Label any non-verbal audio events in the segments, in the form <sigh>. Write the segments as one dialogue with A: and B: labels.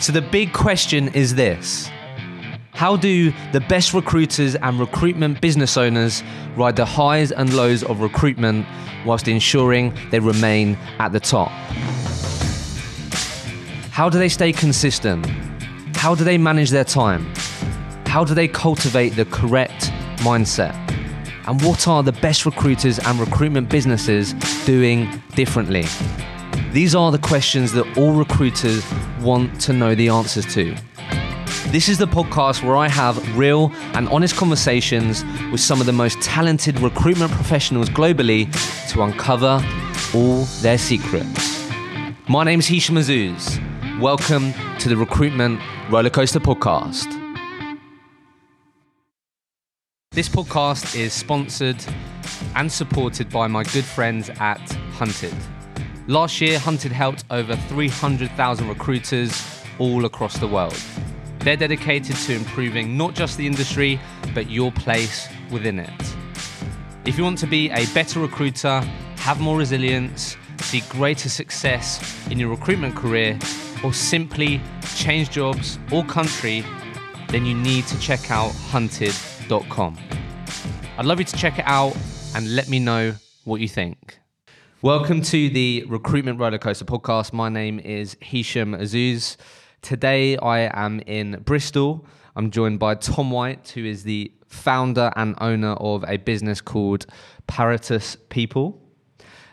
A: So the big question is this How do the best recruiters and recruitment business owners ride the highs and lows of recruitment whilst ensuring they remain at the top? How do they stay consistent? How do they manage their time? How do they cultivate the correct mindset? And what are the best recruiters and recruitment businesses doing differently? These are the questions that all recruiters want to know the answers to. This is the podcast where I have real and honest conversations with some of the most talented recruitment professionals globally to uncover all their secrets. My name's Hisham Azuz. Welcome to the Recruitment Rollercoaster Podcast. This podcast is sponsored and supported by my good friends at Hunted. Last year, Hunted helped over 300,000 recruiters all across the world. They're dedicated to improving not just the industry, but your place within it. If you want to be a better recruiter, have more resilience, see greater success in your recruitment career, or simply change jobs or country, then you need to check out hunted.com. I'd love you to check it out and let me know what you think. Welcome to the Recruitment Rollercoaster podcast. My name is Hisham Azuz. Today I am in Bristol. I'm joined by Tom White, who is the founder and owner of a business called Paratus People.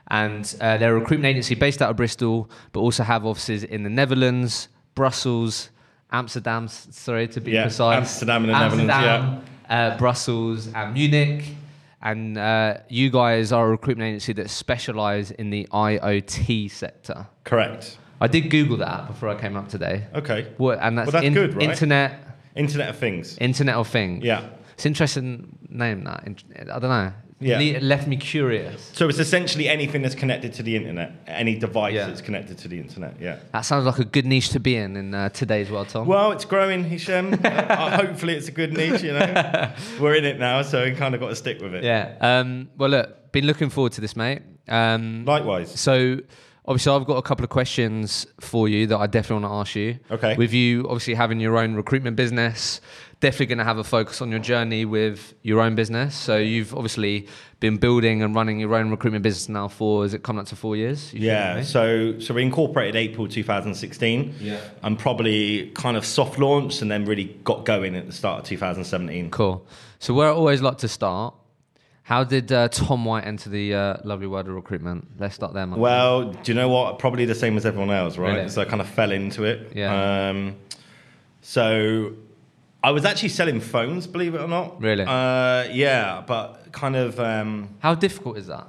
A: And uh, they're a recruitment agency based out of Bristol, but also have offices in the Netherlands, Brussels, Amsterdam, s- sorry to be
B: Yeah,
A: precise.
B: Amsterdam and the
A: Amsterdam, uh, Brussels, and Munich and uh, you guys are a recruitment agency that specialise in the IoT sector.
B: Correct.
A: I did Google that before I came up today.
B: Okay.
A: What, and that's,
B: Well, that's
A: in-
B: good, right?
A: internet,
B: Internet of Things.
A: Internet of Things.
B: Yeah.
A: it's interesting name that. Int- I don't know.
B: Yeah.
A: Le- left me curious.
B: So it's essentially anything that's connected to the internet, any device
A: Yeah.
B: that's connected to the internet. Yeah.
A: That sounds like a good niche to be in in uh, today's world, Tom.
B: Well, it's growing, Hisham.
A: <laughs>
B: uh, uh, hopefully, it's a good niche. You know, we're in it now, so we kind of got to stick with it.
A: yeah. Um, well, look, been looking forward to this, mate. Um,
B: Likewise.
A: So obviously I've got a couple of questions for you that I definitely want to ask you.
B: Okay.
A: With you obviously having your own recruitment business, definitely going to have a focus on your journey with your own business. So you've obviously been building and running your own recruitment business now for is it coming up to 4 years? You
B: Yeah.
A: think,
B: So so we incorporated April 2016.
A: Yeah.
B: And probably kind of soft launched, and then really got going at the start of 2017.
A: Cool. So where I always like to start how did uh, Tom White enter the uh, lovely world of recruitment? Let's start there, man.
B: Well, do you know what? Probably the same as everyone else, right?
A: Really?
B: So I kind of fell into it.
A: Yeah.
B: Um, so I was actually selling phones, believe it or not.
A: Really?
B: Uh, yeah, but kind of. Um,
A: How difficult is that?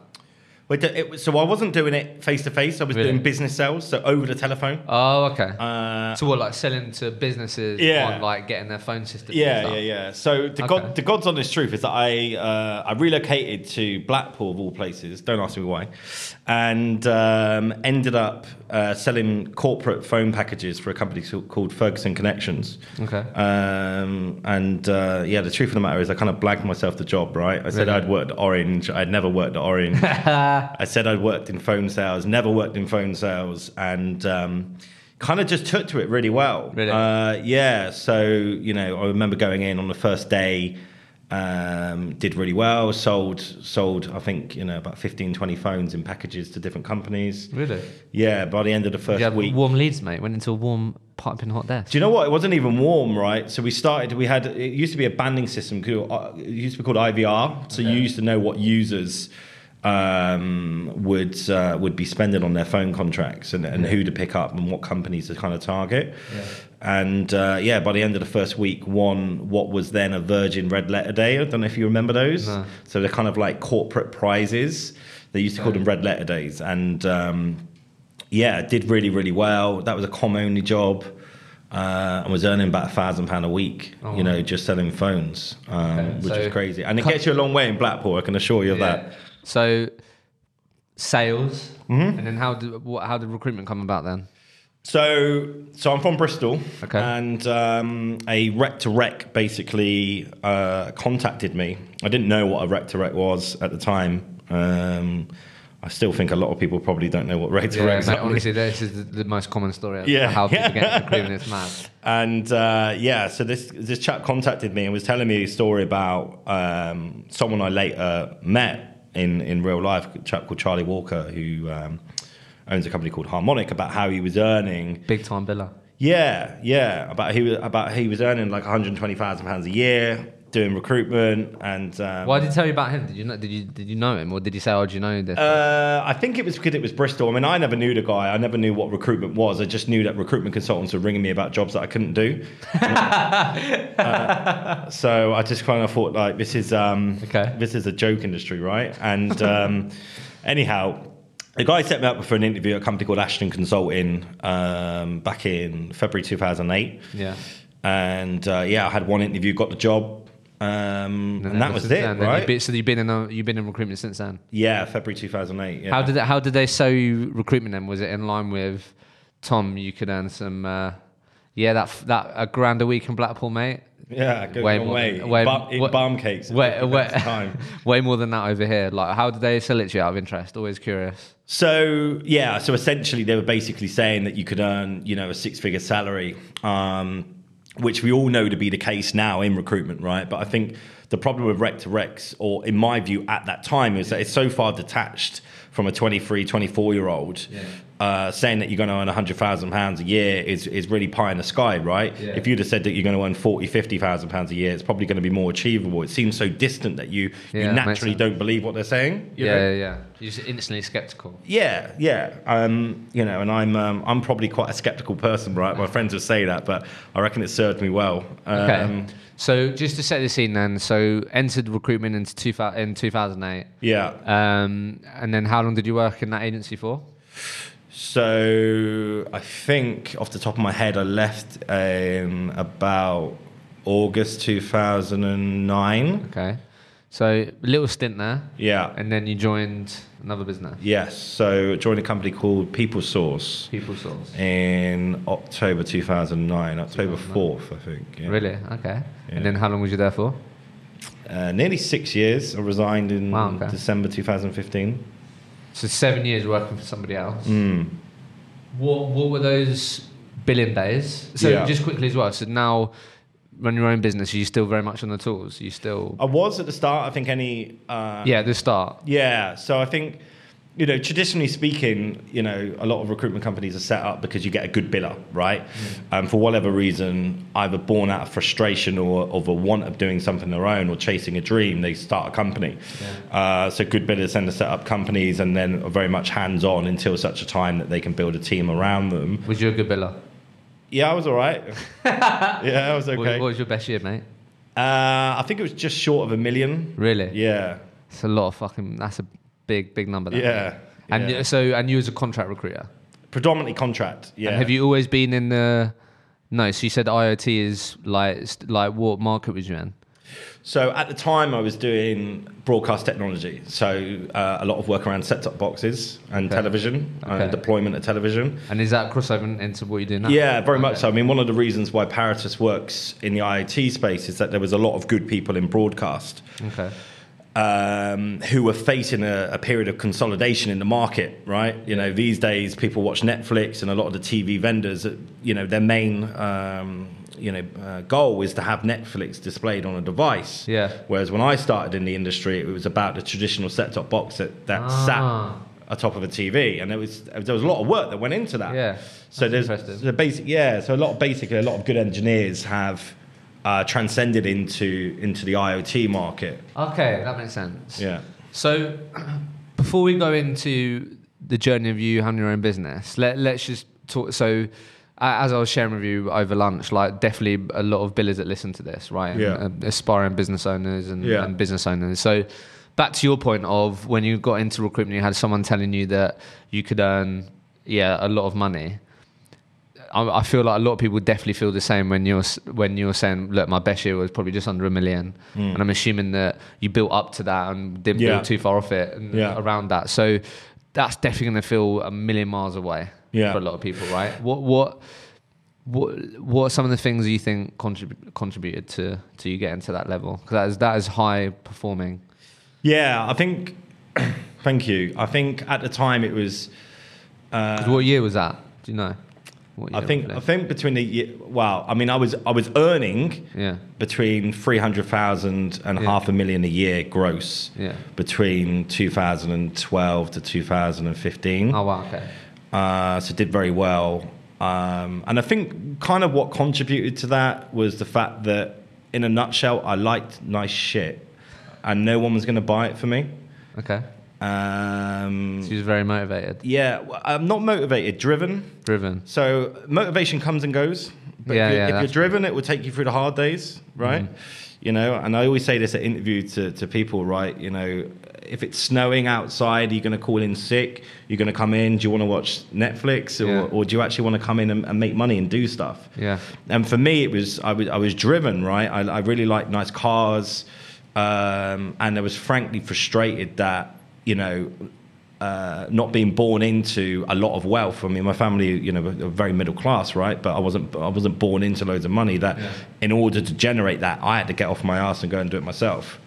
B: we did- it, was- so I wasn't doing it face to face. I was
A: Really?
B: doing business sales, so over the telephone.
A: Oh, okay.
B: Uh,
A: so what, like selling to businesses
B: Yeah.
A: on like getting their phone system? and
B: yeah,
A: stuff?
B: yeah, yeah. So the,
A: Okay.
B: God, the God's honest truth is that I uh, I relocated to Blackpool of all places. Don't ask me why, and um, ended up uh, selling corporate phone packages for a company so- called Ferguson Connections.
A: Okay.
B: Um, and uh, yeah, the truth of the matter is, I kind of blagged myself the job. Right? I said
A: Really?
B: I'd worked at Orange. I'd never worked
A: <laughs>
B: at Orange. I said I'd worked in phone sales. Never worked in phone sales, and. Um, Kind of just took to it really well.
A: Really?
B: Uh, yeah, so you know, I remember going in on the first day, um, did really well, sold sold I think you know about 15, 20 phones in packages to different companies.
A: Really?
B: Yeah, by the end of the first
A: Yeah,
B: week.
A: warm leads, mate. Went into a warm, piping hot desk.
B: do you know what? It wasn't even warm, right? So we started. We had it used to be a banding system. called- uh, It used to be called IVR. So you used to know what users um, would uh, would be spending on their phone contracts and, and who to pick up and what companies to kind of target. And uh, yeah, by the end of the first week, won what was then a Virgin Red Letter Day. I don't know if you remember those.
A: No.
B: So they're kind of like corporate prizes. They used to call them red letter days, and um, yeah, did really really well. That was a com only job, uh, and was earning about a thousand pound a week.
A: Oh,
B: you know, just selling phones, um,
A: Okay,
B: which
A: so-
B: is crazy, and it
A: Co-
B: gets you a long way in Blackpool. I can assure you of that.
A: So, sales,
B: Mm-hmm.
A: and then how did what, how did recruitment come about then?
B: So, so I'm from Bristol,
A: Okay.
B: and um, a rec to rec basically uh, contacted me. I didn't know what a rec to rec was at the time. Um, I still think a lot of people probably don't know what rates are
A: Yeah, mate,
B: exactly.
A: honestly, this is the, the most common story. of
B: Yeah.
A: how people
B: Yeah. <laughs>
A: get into criminal It's mad.
B: And uh, yeah, so this this chap contacted me and was telling me a story about um, someone I later met in in real life, a chap called Charlie Walker, who um, owns a company called Harmonic, about how he was earning.
A: Big time biller.
B: Yeah, yeah, about he was about he was earning like 120 thousand pounds a year doing recruitment and. Um,
A: Well, I did tell you about him. Did you know? Did you did you know him, or did you say, "Oh, do you know this?"
B: Uh, I think it was because it was Bristol. I mean, I never knew the guy. I never knew what recruitment was. I just knew that recruitment consultants were ringing me about jobs that I couldn't <laughs> do. Uh, so I just kind of thought, like, this is um,
A: Okay.
B: this is a joke industry, right? And <laughs> um, anyhow, the guy set me up for an interview at a company called Ashton Consulting um, back in February 2008.
A: yeah.
B: And uh, yeah, I had one interview, got the job, um, and, that
A: ever
B: was
A: since
B: it,
A: then, then You've
B: right?
A: been, so you've been in a, you've been in recruitment since then.
B: Yeah, February 2008. Yeah.
A: How did it, how did they show you recruitment? Then was it in line with Tom? You could earn some. Uh, yeah, that f- that a grand a week in Blackpool, mate.
B: Yeah, go
A: Way
B: way,
A: more
B: way.
A: than- way-
B: Ba- in
A: what-
B: balm cakes. at
A: Way,
B: different
A: way,
B: time.
A: <laughs> way more than that over here. Like, how did they sell it to you out of interest? Always curious.
B: So yeah, so essentially they were basically saying that you could earn, you know, a six-figure salary, um, which we all know to be the case now in recruitment, right? But I think the problem with rec to recs, or in my view at that time, is that it's so far detached from a 23, 24-year-old. Uh, saying that you're going to earn 100,000 pounds a year is, is really pie in the sky, right?
A: Yeah.
B: If you'd have said that you're going to earn 40, 50,000 pounds a year, it's probably going to be more achievable. It seems so distant that you,
A: Yeah,
B: you
A: makes
B: naturally
A: sense.
B: don't believe what they're saying. you know?
A: Yeah, yeah, yeah. You're just instantly skeptical.
B: Yeah, yeah. Um, you know, and I'm um, I'm probably quite a skeptical person, right? My friends would say that, but I reckon it served me well. Um,
A: Okay. so just to set the scene, then. So entered recruitment into two, in 2008.
B: Yeah.
A: Um, and then how long did you work in that agency for?
B: So I think off the top of my head, I left um, about August 2009.
A: Okay. So little stint there.
B: Yeah.
A: And then you joined another business,
B: Yes. So I joined a company called People Source
A: People Source.
B: in October 2009, October 4th, I think. yeah.
A: Really? Okay.
B: Yeah.
A: And then how long was you there for?
B: Uh, nearly six years. I resigned in
A: Wow, okay.
B: December 2015.
A: So seven years working for somebody else.
B: Mm.
A: What What were those billing days? So
B: Yeah.
A: just quickly as well. So now, run your own business. Are you still very much on the tools? Are you still?
B: I was at the start. I think any. Uh,
A: yeah, the start.
B: Yeah. So I think, you know, traditionally speaking, you know, a lot of recruitment companies are set up because you get a good biller, right?
A: Mm.
B: Um, for whatever reason, either born out of frustration or of a want of doing something their own or chasing a dream, they start a company. Uh, so good billers tend to set up companies and then are very much hands on until such a time that they can build a team around them.
A: Was you a good biller?
B: Yeah, I was all
A: <laughs>
B: right. yeah, I was
A: What-
B: okay.
A: What, was your best year, mate?
B: Uh, I think it was just short of a million.
A: Really?
B: Yeah.
A: It's a lot of fucking. That's a big, big number. That
B: Yeah.
A: And
B: yeah.
A: you- so, and you as a contract recruiter.
B: predominantly contract. Yeah.
A: And have you always been in the? No. So you said IoT is like st- like what market was you in?
B: So at the time, I was doing broadcast technology, so uh, a lot of work around set-top boxes and television,
A: Okay.
B: and deployment of television.
A: And is that crossover into what you do now?
B: Yeah, very
A: Okay.
B: much so. I mean, one of the reasons why Paratus works in the IoT space is that there was a lot of good people in broadcast
A: Okay.
B: um, who were facing a, a period of consolidation in the market, right? You know, these days people watch Netflix and a lot of the TV vendors, uh, you know, their main, um, you know, uh, goal is to have Netflix displayed on a device.
A: Yeah.
B: Whereas when I started in the industry, it was about the traditional set-top box that, that
A: Ah.
B: sat atop of a TV, and it was there was a lot of work that went into that.
A: Yeah.
B: So
A: That's
B: there's
A: impressive.
B: the basic, yeah. So a lot of basically a lot of good engineers have uh, transcended into into the IoT market.
A: Okay, that makes sense.
B: Yeah.
A: So, <clears throat> before we go into the journey of you having your own business, let let's just talk. So, a- as I was sharing with you over lunch, like definitely a lot of billers that listen to this, right? and,
B: Yeah.
A: uh, aspiring business owners and,
B: Yeah.
A: and business owners. So, back to your point of when you got into recruitment, you had someone telling you that you could earn, yeah, a lot of money. I, I feel like a lot of people definitely feel the same when you're s- when you're saying, look, my best year was probably just under a million, and I'm assuming that you built up to that and didn't
B: Hmm. Yeah.
A: build too far off it and
B: Yeah.
A: around that. So that's definitely going to feel a million miles away
B: Yeah.
A: for a lot of people, right? What what what what are some of the things you think contrib- contributed to to you getting to that level? Because that is that is high performing.
B: Yeah, I think <clears throat> Thank you. I think at the time it was. uh,
A: 'Cause what year was that? Do you know? What
B: I
A: year
B: think. I
A: roughly?
B: think between the ye- wow. I mean, I was I was earning
A: Yeah.
B: between three hundred thousand and
A: Yeah.
B: half a million a year gross.
A: Yeah.
B: Between 2012 to 2015.
A: Oh wow. Okay.
B: uh, so did very well. Um, and I think kind of what contributed to that was the fact that, in a nutshell, I liked nice shit, and no one was going to buy it for me.
A: Okay.
B: Um,
A: She was very motivated,
B: yeah, well, I'm not motivated, driven.
A: driven.
B: So motivation comes and goes. But
A: Yeah, yeah,
B: if you're, if
A: that's Mm-hmm.
B: you're driven, it will take you through the hard days, right? You know, and I always say this at interview to, to people, right? You know, if it's snowing outside, you're going to call in sick. You're going to come in. Do you want to watch Netflix, or,
A: Yeah.
B: or do you actually want to come in and, and make money and do stuff?
A: Yeah.
B: And for me, it was I was I was driven, right? I, I really liked nice cars, um, and I was frankly frustrated that you know. Uh, not being born into a lot of wealth. I mean, my family, you know, were very middle class, right? But I wasn't. I wasn't born into loads of money. That, in order to generate that, I had to get off my ass and go and do it myself.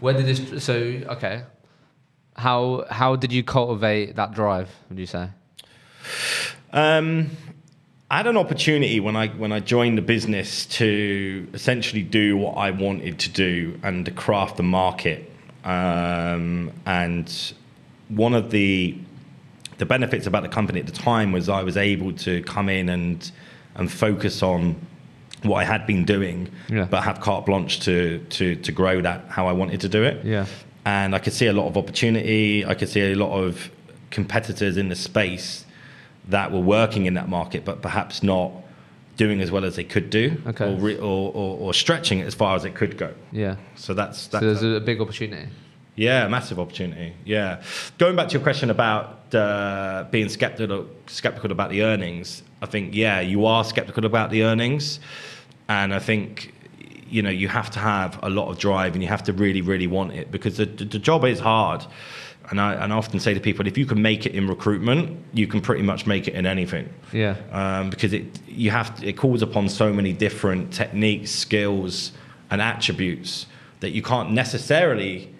A: Where did this? So okay. How how did you cultivate that drive? Would you say?
B: Um, I had an opportunity when I when I joined the business to essentially do what I wanted to do and to craft the market. Um, and one of the the benefits about the company at the time was I was able to come in and and focus on what I had been doing,
A: Yeah.
B: but have carte blanche to to to grow that how I wanted to do it
A: Yeah.
B: and I could see a lot of opportunity. I could see a lot of competitors in the space that were working in that market, but perhaps not doing as well as they could do,
A: Okay.
B: or, re- or, or or stretching it as far as it could go.
A: Yeah.
B: So that's
A: So
B: that's
A: there's a, a big opportunity.
B: yeah, massive opportunity. Yeah, going back to your question about uh, being skeptical skeptical about the earnings, I think yeah, you are skeptical about the earnings, and I think you know you have to have a lot of drive and you have to really really want it because the, the, the job is hard. And I, and I often say to people, if you can make it in recruitment, you can pretty much make it in anything
A: Yeah.
B: um, because it you have to, it calls upon so many different techniques, skills, and attributes that you can't necessarily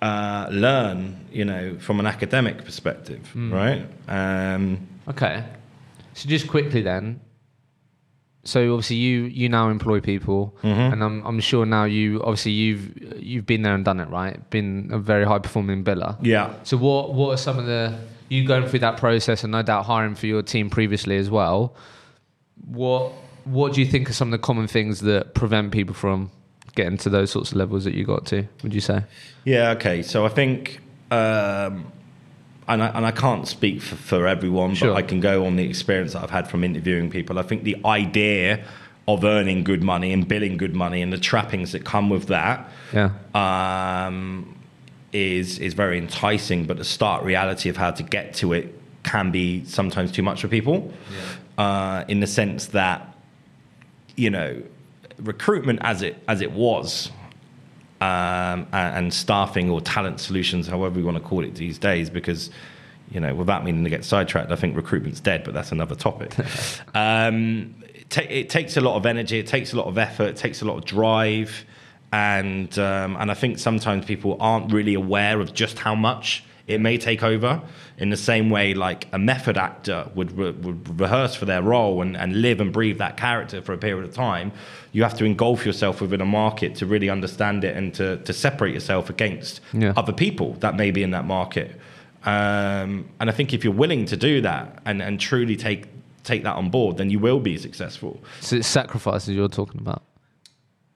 B: uh, learn, you know, from an academic perspective, right? Um,
A: Okay. So just quickly then. So obviously you you now employ people, and I'm I'm sure now you obviously you've you've been there and done it right. Been a very high performing biller.
B: yeah,
A: So what what are some of the you going through that process and no doubt hiring for your team previously as well? What what do you think are some of the common things that prevent people from getting to those sorts of levels that you got to? Would you say?
B: yeah. Okay, so I think. Um, and I, and I can't speak for, for everyone,
A: Sure.
B: but I can go on the experience that I've had from interviewing people. I think the idea of earning good money and billing good money and the trappings that come with that
A: Yeah.
B: um, is is very enticing, but the stark reality of how to get to it can be sometimes too much for people. Uh, in the sense that you know, recruitment as it as it was, um, and, and staffing or talent solutions, however you want to call it these days, because you know, without meaning to get sidetracked, I think recruitment's dead, but that's another topic. um, it, ta- it takes a lot of energy, it takes a lot of effort, it takes a lot of drive, and um, and I think sometimes people aren't really aware of just how much it may take over. In the same way, like a method actor would, re- would rehearse for their role and, and live and breathe that character for a period of time, you have to engulf yourself within a market to really understand it and to, to separate yourself against
A: Yeah.
B: other people that may be in that market. Um, and I think if you're willing to do that and, and truly take take that on board, then you will be successful.
A: So it's sacrifices you're talking about.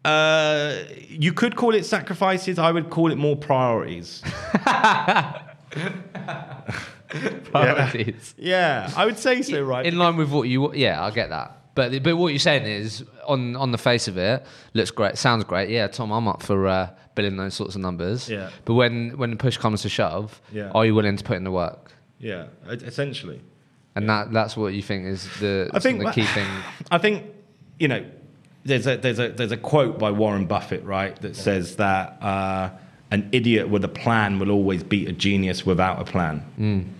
B: Uh, you could call it sacrifices. I would call it more priorities.
A: <laughs> Priorities.
B: <laughs> Yeah, I would say so, right?
A: In line with what you, yeah, I get that. But but what you're saying is, on on the face of it, looks great, sounds great. Yeah, Tom, I'm up for uh, billing those sorts of numbers.
B: Yeah.
A: But when when the push comes to shove,
B: Yeah.
A: are you willing to put in the work?
B: yeah, e- essentially.
A: And that that's what you think is the
B: I think
A: some of the key thing.
B: I think you know there's a there's a there's a quote by Warren Buffett right that says that uh, an idiot with a plan will always beat a genius without a plan.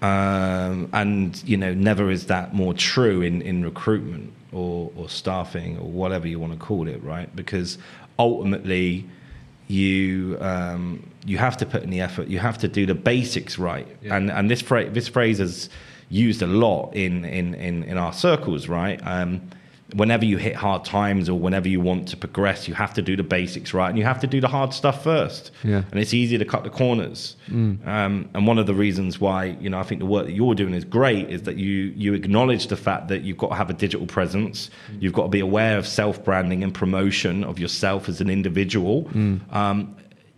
B: Um, and you know never is that more true in in recruitment or or staffing or whatever you want to call it right because ultimately you um, you have to put in the effort. You have to do the basics right.
A: Yeah.
B: And and this phrase this phrase is used a lot in in in, in our circles, right? Um, whenever you hit hard times or whenever you want to progress, you have to do the basics right, and you have to do the hard stuff first.
A: Yeah.
B: And it's easy to cut the corners. Um, and one of the reasons why you know I think the work that you're doing is great is that you you acknowledge the fact that you've got to have a digital presence. You've got to be aware of self branding and promotion of yourself as an individual. Um,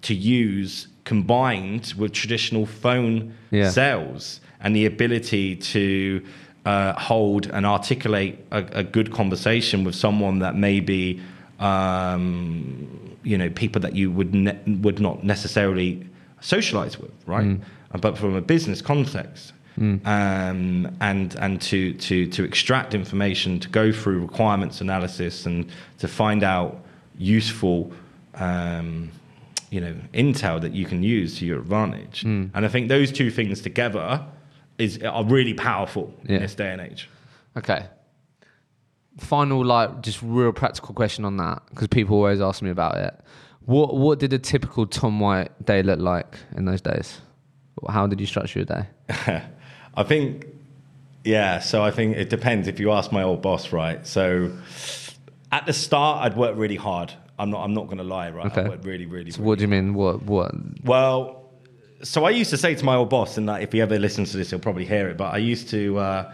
B: to use combined with traditional phone
A: Yeah.
B: sales and the ability to uh, hold and articulate a, a good conversation with someone that maybe um, you know people that you would ne- would not necessarily socialize with, right? Uh, But from a business context. Um, and and to, to to extract information, to go through requirements analysis, and to find out useful um, you know intel that you can use to your advantage.
A: Hmm.
B: And I think those two things together is are really powerful
A: Yeah.
B: in this day and age. <laughs>
A: Okay. Final, like, just real practical question on that because people always ask me about it. What What did a typical Tom White day look like in those days? How did you structure your day?
B: I think, yeah. So I think it depends. If you ask my old boss, right? So at the start, I'd work really hard. I'm not. I'm not going to lie, right?
A: Okay.
B: I worked really, really.
A: So what do you mean? What What?
B: Well, so I used to say to my old boss, and like, if he ever listens to this, he'll probably hear it. But I used to, uh,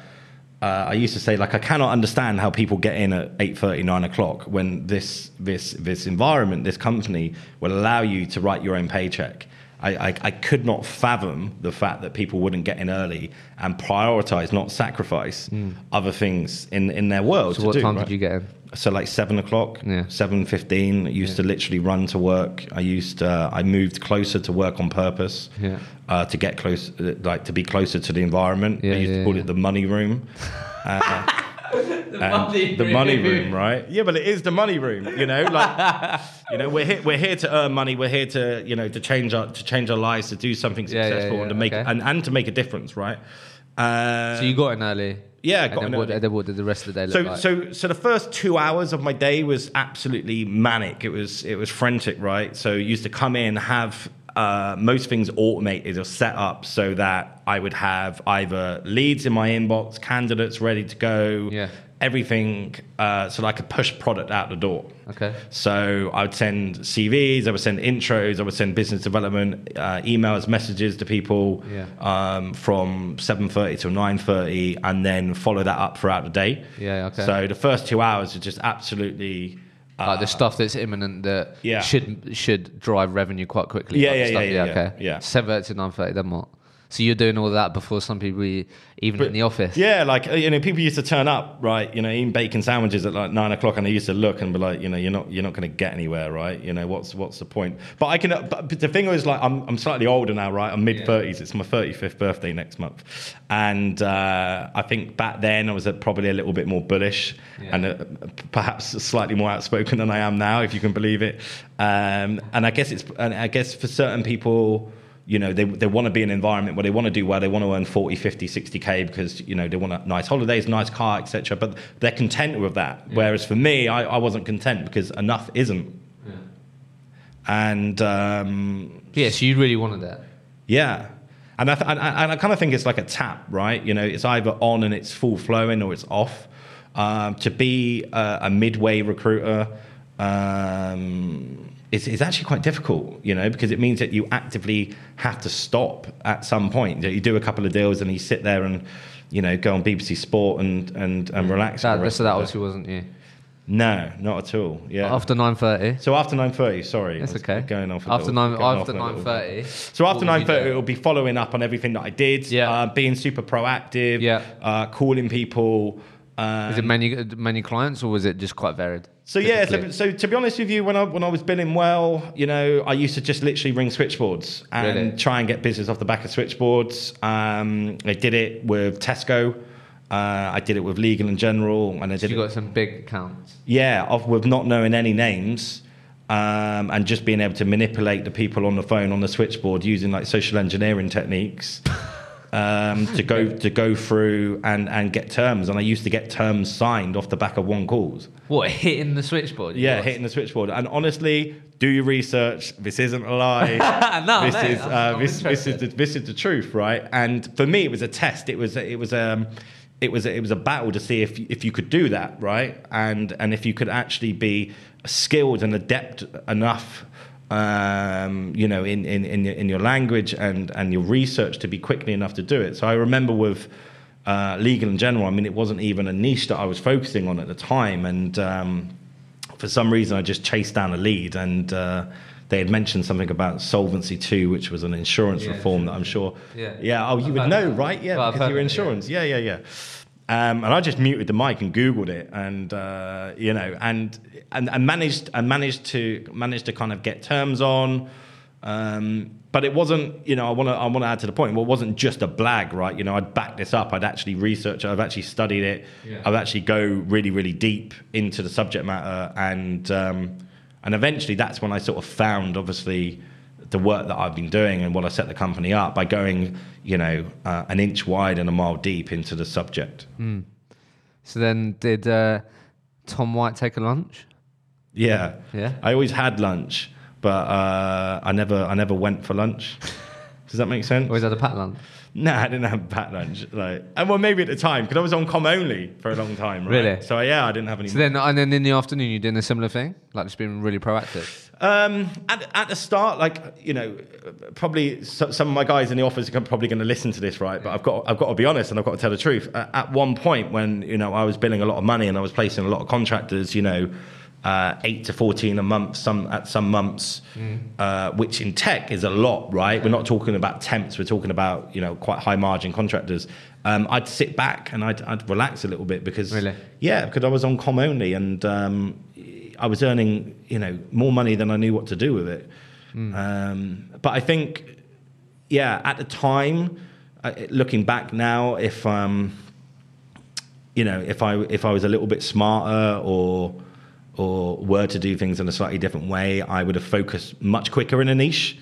B: uh, I used to say like, I cannot understand how people get in at eight thirty, nine o'clock when this this this environment, this company will allow you to write your own paycheck. I, I, I could not fathom the fact that people wouldn't get in early and prioritize, not sacrifice, other things in, in their world.
A: Hmm. So
B: to
A: what
B: do,
A: time
B: right?
A: did you get in?
B: so like seven o'clock,
A: Yeah.
B: seven fifteen. I used to literally run to work. I used uh, I moved closer to work on purpose,
A: Yeah.
B: uh, to get close, uh, like to be closer to the environment.
A: Yeah,
B: I used
A: yeah,
B: to call
A: yeah.
B: it the money
A: <laughs>
B: room. the, money the money room, right? Yeah, but it is the money room. You know, like <laughs> you know, we're here, we're here to earn money. We're here to you know to change our to change our lives, to do something
A: Yeah, yeah,
B: successful,
A: yeah,
B: and to make
A: okay.
B: and, and to make a difference, right? Uh,
A: So you got in early.
B: yeah, I
A: And
B: got
A: then,
B: in
A: what,
B: early.
A: then what did the rest of the day look
B: So,
A: like?
B: so, so the first two hours of my day was absolutely manic. It was, it was frantic, right? So, you used to come in, have uh, most things automated or set up so that I would have either leads in my inbox, candidates ready to go,
A: Yeah.
B: everything, uh, so that I could push product out the door.
A: okay.
B: So I would send CVs, I would send intros, I would send business development uh, emails, messages to people
A: Yeah.
B: um, from 7.30 till 9.30 and then follow that up throughout the day.
A: Yeah, okay.
B: So the first two hours are just absolutely... Uh,
A: like the stuff that's imminent that
B: yeah.
A: should should drive revenue quite quickly.
B: Yeah,
A: like the
B: yeah,
A: stuff-
B: yeah, yeah,
A: Okay.
B: yeah.
A: Seven to nine thirty. Then what? So you're doing all that before some people e- even in the office.
B: yeah, like uh, you know, people used to turn up, right? You know, eating bacon sandwiches at like nine o'clock, and they used to look and be like, you know, you're not, you're not going to get anywhere, right? You know, what's, what's the point? But I can. uh, But, but the thing is, like, I'm, I'm slightly older now, right? I'm mid thirties. It's my thirty fifth birthday next month, and uh, I think back then I was uh, probably a little bit more bullish and uh, perhaps slightly more outspoken than I am now, if you can believe it. Um, and I guess it's, and I guess for certain people you know they, they want to be in an environment where they want to do well they want to earn 40 50 60k because you know they want a nice holidays nice car etc but they're content with that whereas for me I, I wasn't content because enough isn't and um,
A: Yeah. So you really wanted that.
B: yeah and I, th- and, I- and I kind of think it's like a tap right you know it's either on and it's full flowing or it's off um, to be a, a midway recruiter um, is, is actually quite difficult, you know, because it means that you actively have to stop at some point. That You do a couple of deals and you sit there and, you know, go on BBC Sport and and, and relax. for the
A: Mm. That,
B: rest
A: so that
B: of the-
A: obviously wasn't you.
B: no, not at all. Yeah.
A: After nine thirty.
B: so after nine thirty, sorry, I
A: That's
B: was
A: okay.
B: Going off a
A: after
B: little-
A: nine.
B: going
A: After
B: off a
A: nine
B: little bit.
A: thirty.
B: So after nine thirty, it'll be following up on everything that I did.
A: Yeah.
B: uh, being super proactive.
A: Yeah.
B: uh, calling people. Uh,
A: Is it many many clients or was it just quite varied?
B: so yeah, so,
A: typically?
B: so to be honest with you, when I when I was billing well, you know, I used to just literally ring switchboards and
A: Really?
B: try and get business off the back of switchboards. Um, I did it with Tesco. Uh, I did it with Legal and General, and I did
A: you
B: it
A: got some big accounts.
B: yeah, of with not knowing any names um, and just being able to manipulate the people on the phone on the switchboard using like social engineering techniques um, to go to go through and, and get terms. And I used to get terms signed off the back of one calls.
A: What hitting the switchboard?
B: Yeah,
A: What?
B: hitting the switchboard. And honestly, do your research. This isn't a
A: <laughs>
B: lie.
A: No,
B: this
A: mate,
B: is
A: I'm-
B: uh,
A: I'm
B: this, this is the, this is the truth, right? And for me, it was a test. It was it was um it was it was a battle to see if if you could do that, right? And and if you could actually be skilled and adept enough. Um, you know, in, in, in, your, in your language and, and your research to be quickly enough to do it. So I remember with uh, legal in general, I mean, it wasn't even a niche that I was focusing on at the time. And, um, for some reason I just chased down a lead and uh, they had mentioned something about Solvency 2, which was an insurance
A: Yeah,
B: reform that I'm sure.
A: Yeah.
B: Oh, you
A: I've
B: would
A: heard
B: know,
A: of it.
B: right? Yeah,
A: Well, I've
B: because
A: heard
B: you're
A: of it, yeah.
B: insurance. Yeah, yeah, yeah. Um, and I just muted the mic and Googled it, and uh, you know, and, and and managed and managed to managed to kind of get terms on. Um, but it wasn't, you know, I want to I want to add to the point. Well, it wasn't just a blag, right? You know, I'd back this up. I'd actually research it. I've actually studied it.
A: Yeah.
B: I've actually go really really deep into the subject matter, and um, and eventually that's when I sort of found, obviously, the work that I've been doing and what I set the company up by going, you know, uh, an inch wide and a mile deep into the subject.
A: So then, did uh, Tom White take a lunch?
B: Yeah.
A: Yeah.
B: I always had lunch, but uh, I never I never went
A: <laughs>
B: for lunch. Does that make sense?
A: Or is that a pat lunch?
B: No, I didn't have packed lunch. Like, and well, maybe at the time because I was on com only for a long time. Right?
A: Really?
B: So yeah, I didn't have any.
A: So then, and then in the afternoon, you're doing a similar thing, like just being really proactive.
B: Um, at, at the start, like you know, probably so, some of my guys in the office are probably going to listen to this, right? But I've got I've got to be honest and I've got to tell the truth. Uh, at one point, when you know I was billing a lot of money and I was placing a lot of contractors, you know, uh, eight to fourteen a month, some at some months, uh, which in tech is a lot, right? We're not talking about temps, we're talking about you know quite high margin contractors. Um, I'd sit back and I'd, I'd relax a little bit because
A: Really?
B: yeah, because I was on com only and um, I was earning, you know, more money than I knew what to do with it. Um, but I think, yeah, at the time, uh, looking back now, if um, you know, if I if I was a little bit smarter or or were to do things in a slightly different way, I would have focused much quicker in a niche.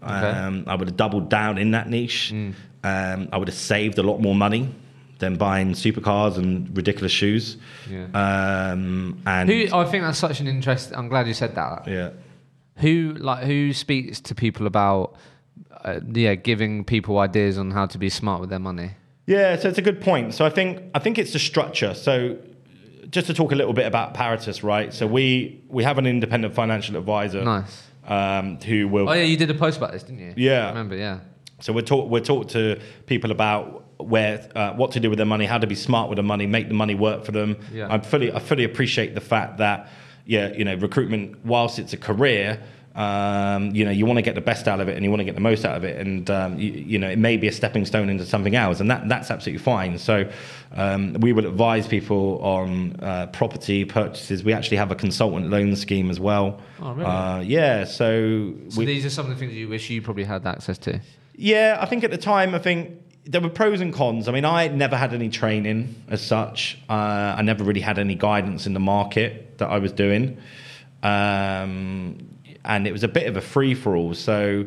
B: Um, I would have doubled down in that niche. Um, I would have saved a lot more money than buying supercars and ridiculous shoes.
A: Yeah.
B: Uh, Um, and
A: Who? I think that's such an interest. I'm glad you said that.
B: yeah,
A: Who like who speaks to people about uh, yeah giving people ideas on how to be smart with their money?
B: yeah. So it's a good point. So I think I think it's the structure. So just to talk a little bit about Paritas, right? So we we have an independent financial advisor.
A: Nice.
B: Um, who will
A: Oh yeah, you did a post about this, didn't you?
B: Yeah.
A: I remember? Yeah.
B: So we're taught we're taught to people about where uh, what to do with their money, how to be smart with their money, make the money work for them.
A: Yeah.
B: I fully I fully appreciate the fact that yeah you know recruitment whilst it's a career. Um, you know, you want to get the best out of it, and you want to get the most out of it, and um, you, you know, it may be a stepping stone into something else, and that that's absolutely fine. So, um, we would advise people on uh, property purchases. We actually have a consultant loan scheme as well.
A: Oh, really?
B: Uh, yeah. So,
A: So
B: we,
A: these are some of the things you wish you probably had access to.
B: yeah, I think at the time, I think there were pros and cons. I mean, I never had any training as such. Uh, I never really had any guidance in the market that I was doing, um, and it was a bit of a free for all. So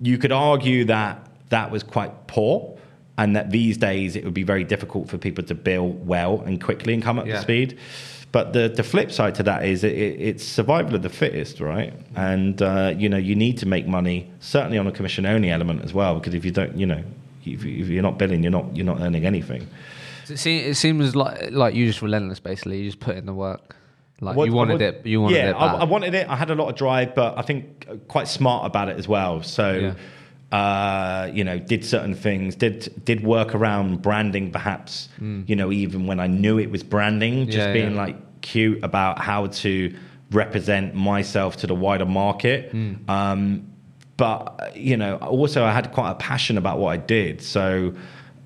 B: you could argue that that was quite poor, and that these days it would be very difficult for people to bill well and quickly and come up
A: Yeah.
B: to speed. But the, the flip side to that is it, it, it's survival of the fittest, right? And uh, you know you need to make money, certainly on a commission only element as well, because if you don't, you know, if, you- if you're not billing, you're not you're not earning anything.
A: So it, se- it seems like like you just relentless. Basically, you just put in the work. Like
B: What-
A: you wanted
B: what-
A: it. You wanted
B: yeah,
A: it.
B: I,
A: bad.
B: I wanted it. I had a lot of drive, but I think uh, quite smart about it as well. So, uh, you know, did certain things, did did work around branding, perhaps. You know, even when I knew it was branding, just
A: Hmm. Yeah,
B: being
A: yeah.
B: like cute about how to represent myself to the wider market.
A: Hmm.
B: Um, but you know, also I had quite a passion about what I did. So,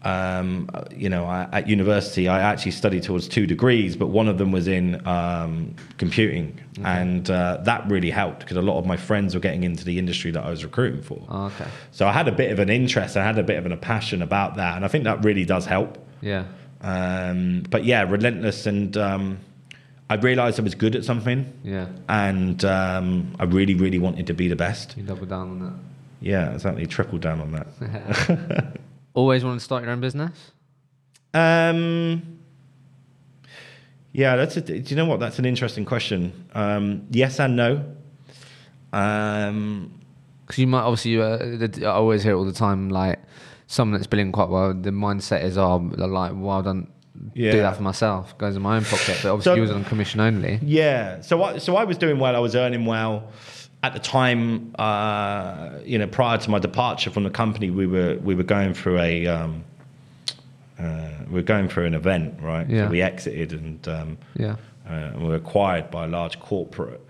B: um, you know, I, at university I actually studied towards two degrees, but one of them was in um, computing, and uh, that really helped because a lot of my friends were getting into the industry that I was recruiting for.
A: Oh, okay.
B: So I had a bit of an interest, I had a bit of a passion about that, and I think that really does help.
A: Yeah.
B: Um, but yeah, relentless, and um, I realised I was good at something,
A: Yeah.
B: and um, I really, really wanted to be the best.
A: You double down on that.
B: Yeah, exactly. Triple down on that.
A: Always wanted to start your own business?
B: Um, yeah, that's a, do you know what? That's an interesting question. Um, yes and no. Um,
A: Because you might obviously, you, uh, the- I always hear it all the time, like someone that's billing quite well, the mindset is, oh, like, well, I don't
B: Yeah.
A: do that for myself, goes in my own pocket. But obviously,
B: So-
A: you was on commission only.
B: yeah. So I, so I was doing well. I was earning well. At the time, uh, you know, prior to my departure from the company, we were we were going through a um, uh, we were going through an event, right?
A: Yeah.
B: So we exited and um,
A: Yeah.
B: uh, and were acquired by a large corporate.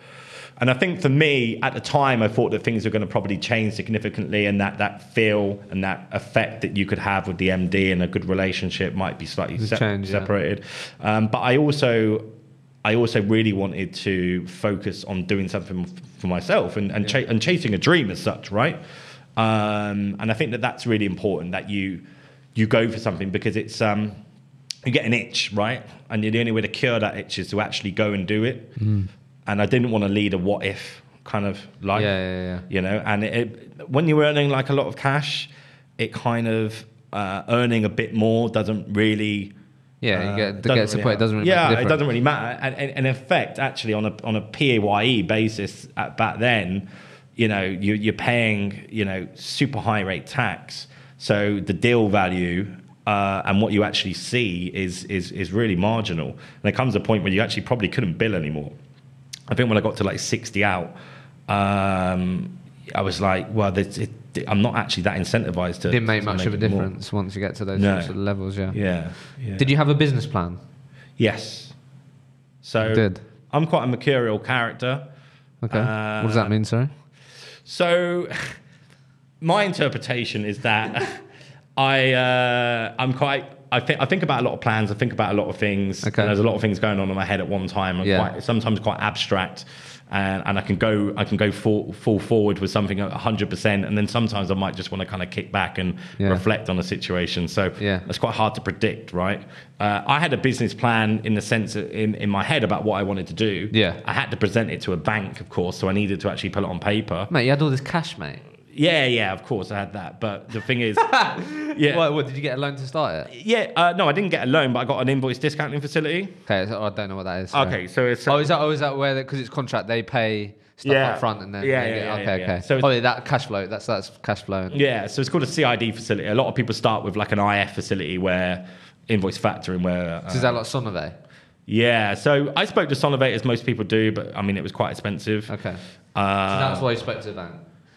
B: And I think for me, at the time, I thought that things were going to probably change significantly, and that that feel and that effect that you could have with the MD and a good relationship might be slightly
A: It's
B: sep-
A: changed, yeah.
B: separated. Um, but I also, I also really wanted to focus on doing something f- for myself and and, cha- and chasing a dream as such, right? Um, and I think that that's really important that you you go for something because it's. Um, you get an itch, right? And the only way to cure that itch is to actually go and do it.
A: Mm.
B: And I didn't want to lead a what if kind of life,
A: Yeah, yeah, yeah.
B: you know. And it, it, when you're earning like a lot of cash, it kind of uh, earning a bit more doesn't really.
A: Yeah,
B: uh,
A: you get,
B: doesn't
A: gets to a point, it doesn't really
B: yeah,
A: make a
B: it
A: difference.
B: doesn't really matter. And, and, and in fact, actually, on a on a PAYE basis at, back then, you know, you, you're paying you know super high rate tax. So the deal value uh, and what you actually see is is is really marginal. And there comes a point where you actually probably couldn't bill anymore. I think when I got to like 60 out, um, I was like, well, this, it, I'm not actually that incentivized to.
A: Didn't make
B: to
A: much of a
B: it more.
A: difference once you get to those
B: No.
A: sorts of levels, yeah.
B: Yeah, yeah.
A: Did you have a business plan?
B: Yes. So
A: You did.
B: I'm quite a mercurial character.
A: Okay. what
B: Uh,
A: does that mean, sorry?
B: So <laughs> my interpretation is that <laughs> I uh, I'm quite I think I think about a lot of plans. I think about a lot of things.
A: Okay.
B: And there's a lot of things going on in my head at one time. I'm
A: Yeah.
B: quite, sometimes quite abstract. And, and I can go, I can go full, full forward with something at 100%, and then sometimes I might just want to kind of kick back and
A: Yeah.
B: reflect on a situation. So
A: Yeah.
B: that's quite hard to predict, right? Uh, I had a business plan in the sense that in, in my head about what I wanted to do.
A: Yeah.
B: I had to present it to a bank, of course, so I needed to actually put it on paper.
A: Mate, you had all this cash, mate.
B: Yeah, yeah, of course I had that. But the thing
A: <laughs>
B: is, yeah,
A: What, what, did you get a loan to start it?
B: yeah. Uh, no, I didn't get a loan, but I got an invoice discounting facility.
A: Okay, so, I don't know what that is. sorry.
B: Okay, so it's uh,
A: Oh, is that, oh, is that where, because it's contract, they pay stuff
B: Yeah.
A: up front and then.
B: Yeah,
A: they
B: yeah,
A: get-
B: yeah,
A: okay,
B: yeah, yeah.
A: okay.
B: So
A: oh,
B: it's-
A: yeah, that cash flow, that's that's cash flow.
B: yeah, so it's called a CID facility. A lot of people start with like an IF facility where invoice factoring, where uh,
A: So is that like Sonovay?
B: yeah. So I spoke to Sonovate as most people do, but I mean it was quite expensive.
A: Okay. So
B: Uh,
A: that's why you spoke to the bank.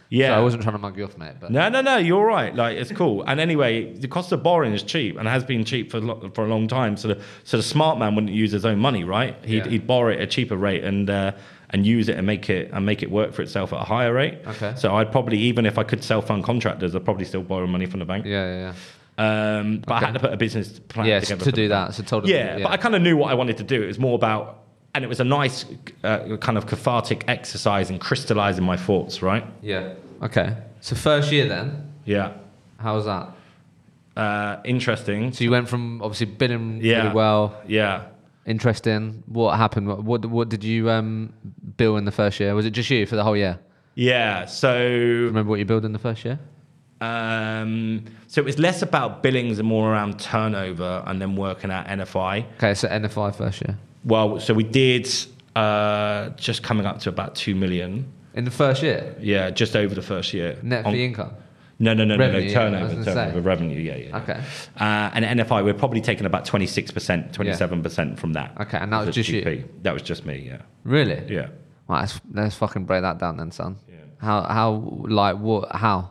B: yeah,
A: So I wasn't trying to mug you off, mate, but.
B: No, no, no. You're right. Like it's cool. And anyway, the cost of borrowing is cheap and has been cheap for lo- for a long time. So the so the smart man wouldn't use his own money, right? He'd,
A: Yeah.
B: he'd borrow it at a cheaper rate and uh, and use it and make it and make it work for itself at a higher rate.
A: Okay.
B: So I'd probably even if I could self fund contractors, I'd probably still borrow money from the bank.
A: Yeah, yeah,
B: Um, but I had to put a business
A: yeah.
B: plan
A: Yeah, so
B: together
A: to
B: for
A: do
B: the bank.
A: that. So told them-
B: Yeah, but I kind of knew what I wanted to do. It was more about, and it was a nice uh, kind of cathartic exercise in crystallizing my thoughts, right?
A: Yeah. Okay. So first year then,
B: Yeah.
A: how was that?
B: Uh, interesting.
A: So you went from obviously bidding
B: Yeah.
A: really well,
B: Yeah.
A: interesting. What happened? What what, what did you um, bill in the first year? Was it just you for the whole year?
B: Yeah. So
A: Remember what you billed in the first year?
B: um, so it was less about billings and more around turnover and then working out NFI.
A: Okay, so NFI first year.
B: Well, so we did uh, just coming up to about 2 million.
A: In the first year,
B: Yeah, just over the first year.
A: net
B: On-
A: fee income.
B: no, no, no,
A: Revenue, yeah,
B: no,
A: I
B: no.
A: was
B: Turnover,
A: gonna say.
B: turnover, revenue. Yeah, yeah.
A: Okay.
B: Uh, and NFI, we're probably taking about 26%, 27% from that.
A: Okay, and that was
B: As a
A: just you?
B: GP. That was just me, yeah.
A: Really?
B: Yeah.
A: Right, let's, let's fucking break that down then, son.
B: Yeah.
A: How how like what how?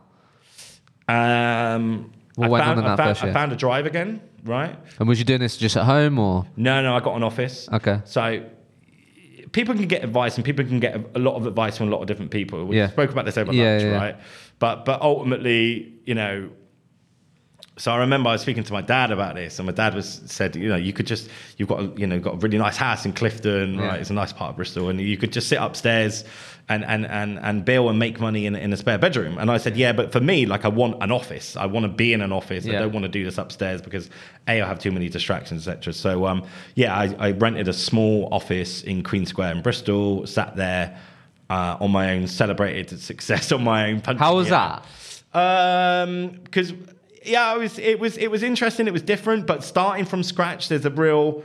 B: Um,
A: What
B: I
A: went on
B: found-
A: in
B: I
A: that
B: found-
A: first year?
B: I found a drive again, right?
A: And was you doing this just at home or
B: No, no, I got an office.
A: Okay.
B: So people can get advice, and people can get a, a lot of advice from a lot of different people. We
A: Yeah.
B: spoke about this over
A: Yeah,
B: lunch,
A: yeah.
B: right? But but ultimately, you know. So I remember I was speaking to my dad about this, and my dad was said, you know, you could just you've got a, you know got a really nice house in Clifton,
A: Yeah.
B: right? It's a nice part of Bristol, and you could just sit upstairs and and and and bill and make money in, in a spare bedroom. And I said, yeah, but for me, like I want an office. I want to be in an office. I
A: Yeah.
B: don't want to do this upstairs because a I have too many distractions, etc. So um, yeah, I, I rented a small office in Queen Square in Bristol, sat there uh, on <laughs> my own, celebrated success on my own.
A: how was that?
B: that? Um, because yeah, it was it was it was interesting. It was different, but starting from scratch, there's a real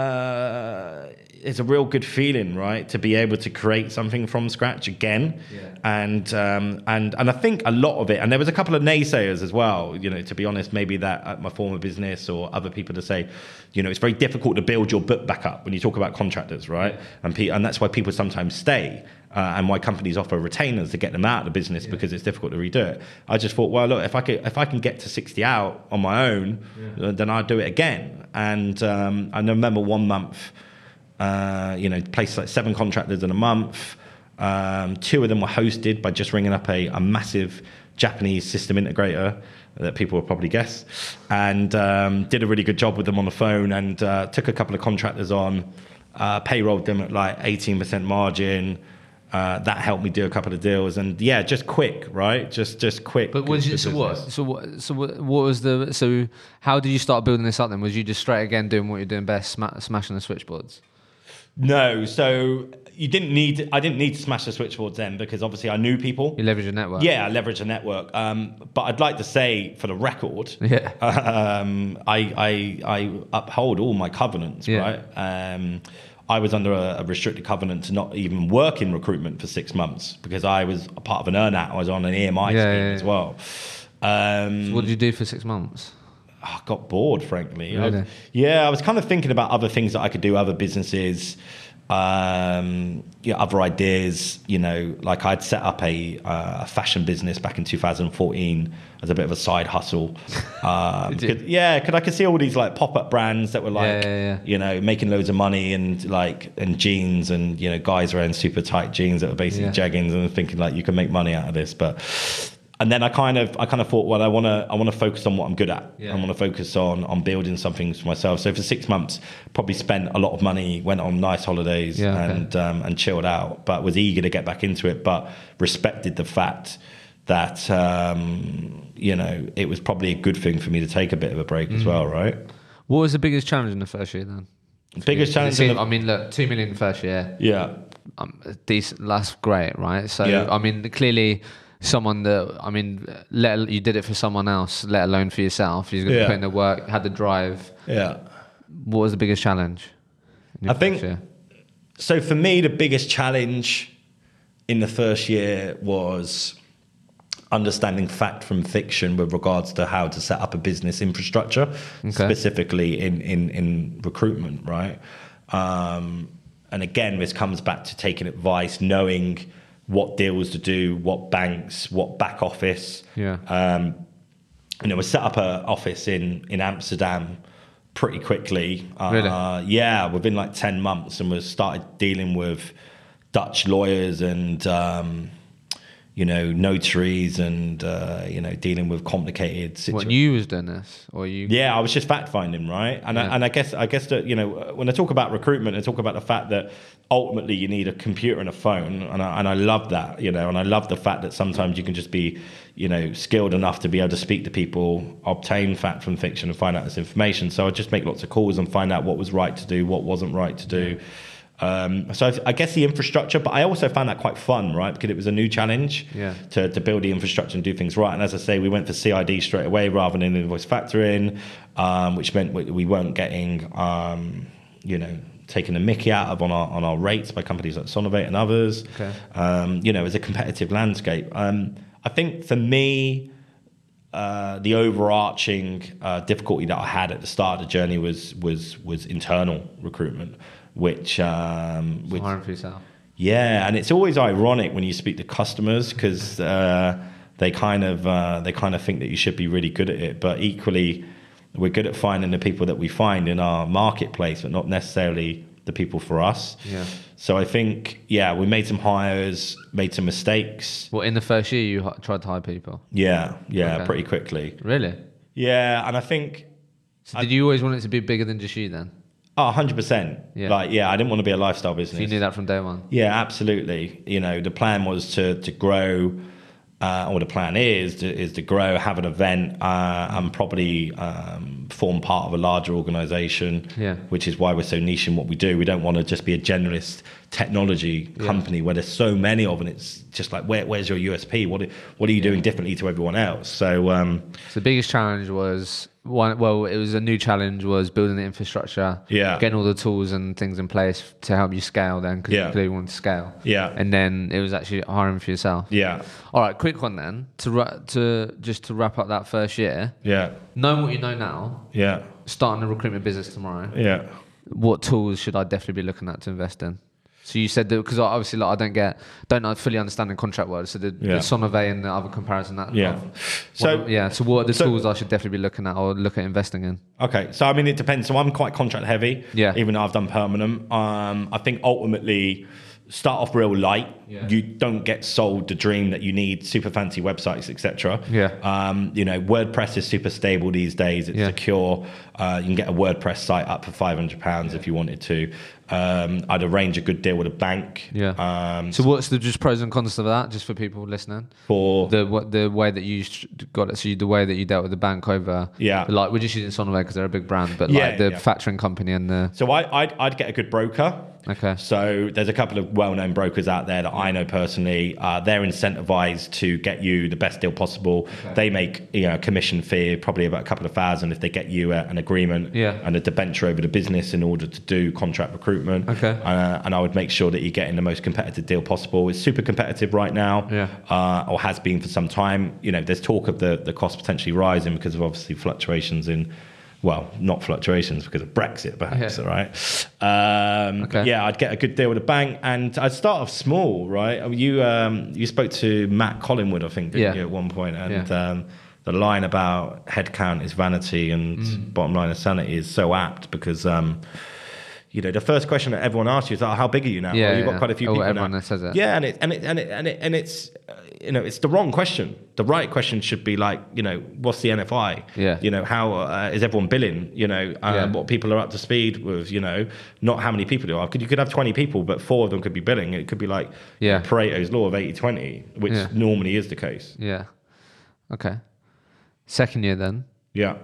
B: uh, it's a real good feeling, right, to be able to create something from scratch again.
A: Yeah.
B: And um, and and I think a lot of it, and there was a couple of naysayers as well. You know, to be honest, maybe that at my former business or other people to say, you know, it's very difficult to build your book back up when you talk about contractors, right? And pe- and that's why people sometimes stay. Uh, and why companies offer retainers to get them out of the business because it's difficult to redo it. I just thought, well, look, if I could, if I can get to sixty out on my own, uh, then I'll do it again. And um, and I remember one month, uh, you know, placed like seven contractors in a month. Um, two of them were hosted by just ringing up a, a massive Japanese system integrator that people will probably guess, and um, did a really good job with them on the phone and uh, took a couple of contractors on, uh, payrolled them at like 18% margin. Uh, that helped me do a couple of deals and yeah, just quick, right? Just just quick.
A: But was you,
B: good
A: so what?
B: business.
A: So what? So what, what was the? So how did you start building this up? Then was you just straight again doing what you're doing best, sma- smashing the switchboards?
B: No, so you didn't need. I didn't need to smash the switchboards then because obviously I knew people.
A: You leverage your network.
B: Yeah, I leverage a network. Um, but I'd like to say, for
A: <laughs>
B: the record,
A: <laughs> Yeah.
B: um, I, I I uphold all my covenants.
A: Yeah.
B: Right. Um, I was under a, a restricted covenant to not even work in recruitment for six months because I was a part of an earnout. I was on an EMI
A: Yeah,
B: scheme
A: yeah,
B: as
A: yeah.
B: well. Um,
A: What did you do for six months?
B: I got bored, frankly. I was-
A: Really?
B: yeah, I was kind of thinking about other things that I could do, other businesses, um, you know, other ideas. You know, like I'd set up a, uh, a fashion business back in 2014 as a bit of a side hustle.
A: <laughs>
B: Um,
A: Did you?
B: could- yeah, because I could see all these like pop up brands that were like,
A: yeah, yeah.
B: you know, making loads of money and like and jeans and you know guys wearing super tight jeans that were basically
A: Yeah.
B: jeggings and thinking like you can make money out of this, but. And then I kind of, I kind of thought, well, I want to, I want to focus on what I'm good at.
A: Yeah.
B: I want to focus on on building something for myself. So for six months, probably spent a lot of money, went on nice holidays,
A: Yeah, okay.
B: and um, and chilled out. But was eager to get back into it, but respected the fact that um, you know it was probably a good thing for me to take a bit of a break
A: Mm.
B: as well, right?
A: What was the biggest challenge in the first year then?
B: Biggest
A: It
B: challenge, in
A: seemed-
B: the-
A: I mean, look, two million first year.
B: yeah.
A: Um, decent. That's great, right? So
B: Yeah.
A: I mean, clearly, someone that I mean, let you did it for someone else, let alone for yourself. You're going to
B: Yeah.
A: put in the work, had the drive.
B: Yeah.
A: What was the biggest challenge? in your
B: I think-
A: first year?
B: So for me, the biggest challenge in the first year was understanding fact from fiction with regards to how to set up a business infrastructure, specifically in, in, in recruitment, right? Um, and again, this comes back to taking advice, knowing what deals to do, what banks, what back office, Um,
A: Yeah.
B: you know, we set up an office in in Amsterdam pretty quickly. Uh,
A: Really?
B: Yeah, within like ten months, and we started dealing with Dutch lawyers and um, you know notaries and uh, you know dealing with complicated situations.
A: what you was doing this, or you?
B: Yeah, I was just fact finding, right? And
A: Yeah.
B: I, and I guess I guess that you know when I talk about recruitment, I talk about the fact that ultimately you need a computer and a phone, and I, and I love that, you know, and I love the fact that sometimes you can just be, you know, skilled enough to be able to speak to people, obtain fact from fiction, and find out this information. So I just make lots of calls and find out what was right to do, what wasn't right to do. Um, so I, I guess the infrastructure, but I also found that quite fun, right? Because it was a new challenge
A: Yeah.
B: to, to build the infrastructure and do things right. And as I say, we went for CID straight away rather than invoice factoring, um, which meant we, we weren't getting, um, you know, taking the mickey out of on our on our rates by companies like Sonovate and others.
A: Okay.
B: Um, you know, it's a competitive landscape. Um, I think for me, uh, the overarching uh, difficulty that I had at the start of the journey was was was internal recruitment, which um, which
A: Hiring for yourself.
B: yeah, and it's always ironic when you speak to customers because uh, they kind of uh, they kind of think that you should be really good at it, but equally, we're good at finding the people that we find in our marketplace, but not necessarily the people for us.
A: Yeah.
B: So I think yeah, we made some hires, made some mistakes.
A: Well, in the first year, you h- tried to hire people.
B: Yeah, yeah,
A: Okay.
B: pretty quickly.
A: Really?
B: Yeah, and I think
A: So did you always want it to be bigger than just you then?
B: oh, 100%.
A: Yeah.
B: Like yeah, I didn't want to be a lifestyle
A: If you
B: business.
A: knew that from day one.
B: Yeah, absolutely. You know, the plan was to to grow Uh, or the plan is to, is to grow, have an event, uh, and probably um, form part of a larger organisation.
A: Yeah.
B: Which is why we're so niche in what we do. We don't want to just be a generalist technology company where there's so many of, and it's just like, where, where's your USP? What are- what are you doing differently to everyone else? So um,
A: So the biggest challenge was one. Well, it was a new challenge was building the infrastructure,
B: Yeah.
A: getting all the tools and things in place to help you scale. Then, because
B: Yeah.
A: you clearly wanted to scale,
B: Yeah.
A: And then it was actually hiring for yourself.
B: yeah,
A: All right, quick one then to ra- to just to wrap up that first year.
B: yeah,
A: Knowing what you know now,
B: yeah,
A: starting a recruitment business tomorrow,
B: yeah.
A: what tools should I definitely be looking at to invest in? So you said that because obviously like I don't get don't fully understand the contract world. So the,
B: Yeah.
A: the Sonovay and the other comparison that
B: Yeah. So-
A: so yeah. So what are the
B: so-
A: tools I should definitely be looking at or look at investing in?
B: Okay, so I mean, it depends. So I'm quite contract heavy.
A: Yeah.
B: Even though I've done permanent, um, I think ultimately start off real light.
A: Yeah.
B: You don't get sold the dream that you need super fancy websites, etc.
A: Yeah.
B: Um, you know, WordPress is super stable these days. It's
A: Yeah.
B: secure. Uh, you can get a WordPress site up for five hundred pounds if you wanted to. Um, I'd arrange a good deal with a bank.
A: Yeah.
B: Um,
A: so what's the just pros and cons of that, just for people listening?
B: for
A: The what the way that you sh- got it, so you, the way that you dealt with the bank over,
B: Yeah.
A: Like we're just using Sonovay because they're a big brand, but
B: Yeah,
A: like the
B: yeah.
A: factoring company and the
B: So I, I'd, I'd get a good broker.
A: Okay.
B: So there's a couple of well-known brokers out there that I know personally. Uh, they're incentivized to get you the best deal possible. They make you know a commission fee, probably about a couple of thousand, if they get you a, an agreement
A: Yeah.
B: and a debenture over the business in order to do contract recruitment.
A: Okay.
B: Uh, and I would make sure that you're getting the most competitive deal possible. It's super competitive right now.
A: Yeah.
B: Uh, or has been for some time. You know, there's talk of the the cost potentially rising because of obviously fluctuations in. Well, not fluctuations because of Brexit, perhaps
A: Yeah.
B: right? Um,
A: Okay.
B: Yeah, I'd get a good deal with a bank, and I'd start off small, right? I mean, You um, you spoke to Matt Collingwood, I think, didn't
A: Yeah.
B: you, at one point, and
A: Yeah.
B: um, the line about headcount is vanity and
A: Mm.
B: bottom line is sanity is so apt because. Um, you know, the first question that everyone asks you is, "Oh, how big are you now?"
A: Yeah,
B: well, you've
A: yeah.
B: got quite a few
A: Oh,
B: people
A: everyone
B: now.
A: that says that.
B: Yeah, and it and it and it and, it, and it's uh, you know it's the wrong question. The right question should be like, you know, what's the NFI?
A: Yeah.
B: you know, how uh, is everyone billing? You know, um,
A: Yeah.
B: what people are up to speed with, you know, not how many people you are. Could- You could have 20 people, but four of them could be billing. It could be like
A: Yeah.
B: Pareto's law of 80 20, which
A: Yeah.
B: normally is the case.
A: yeah, okay. Second year then,
B: Yeah.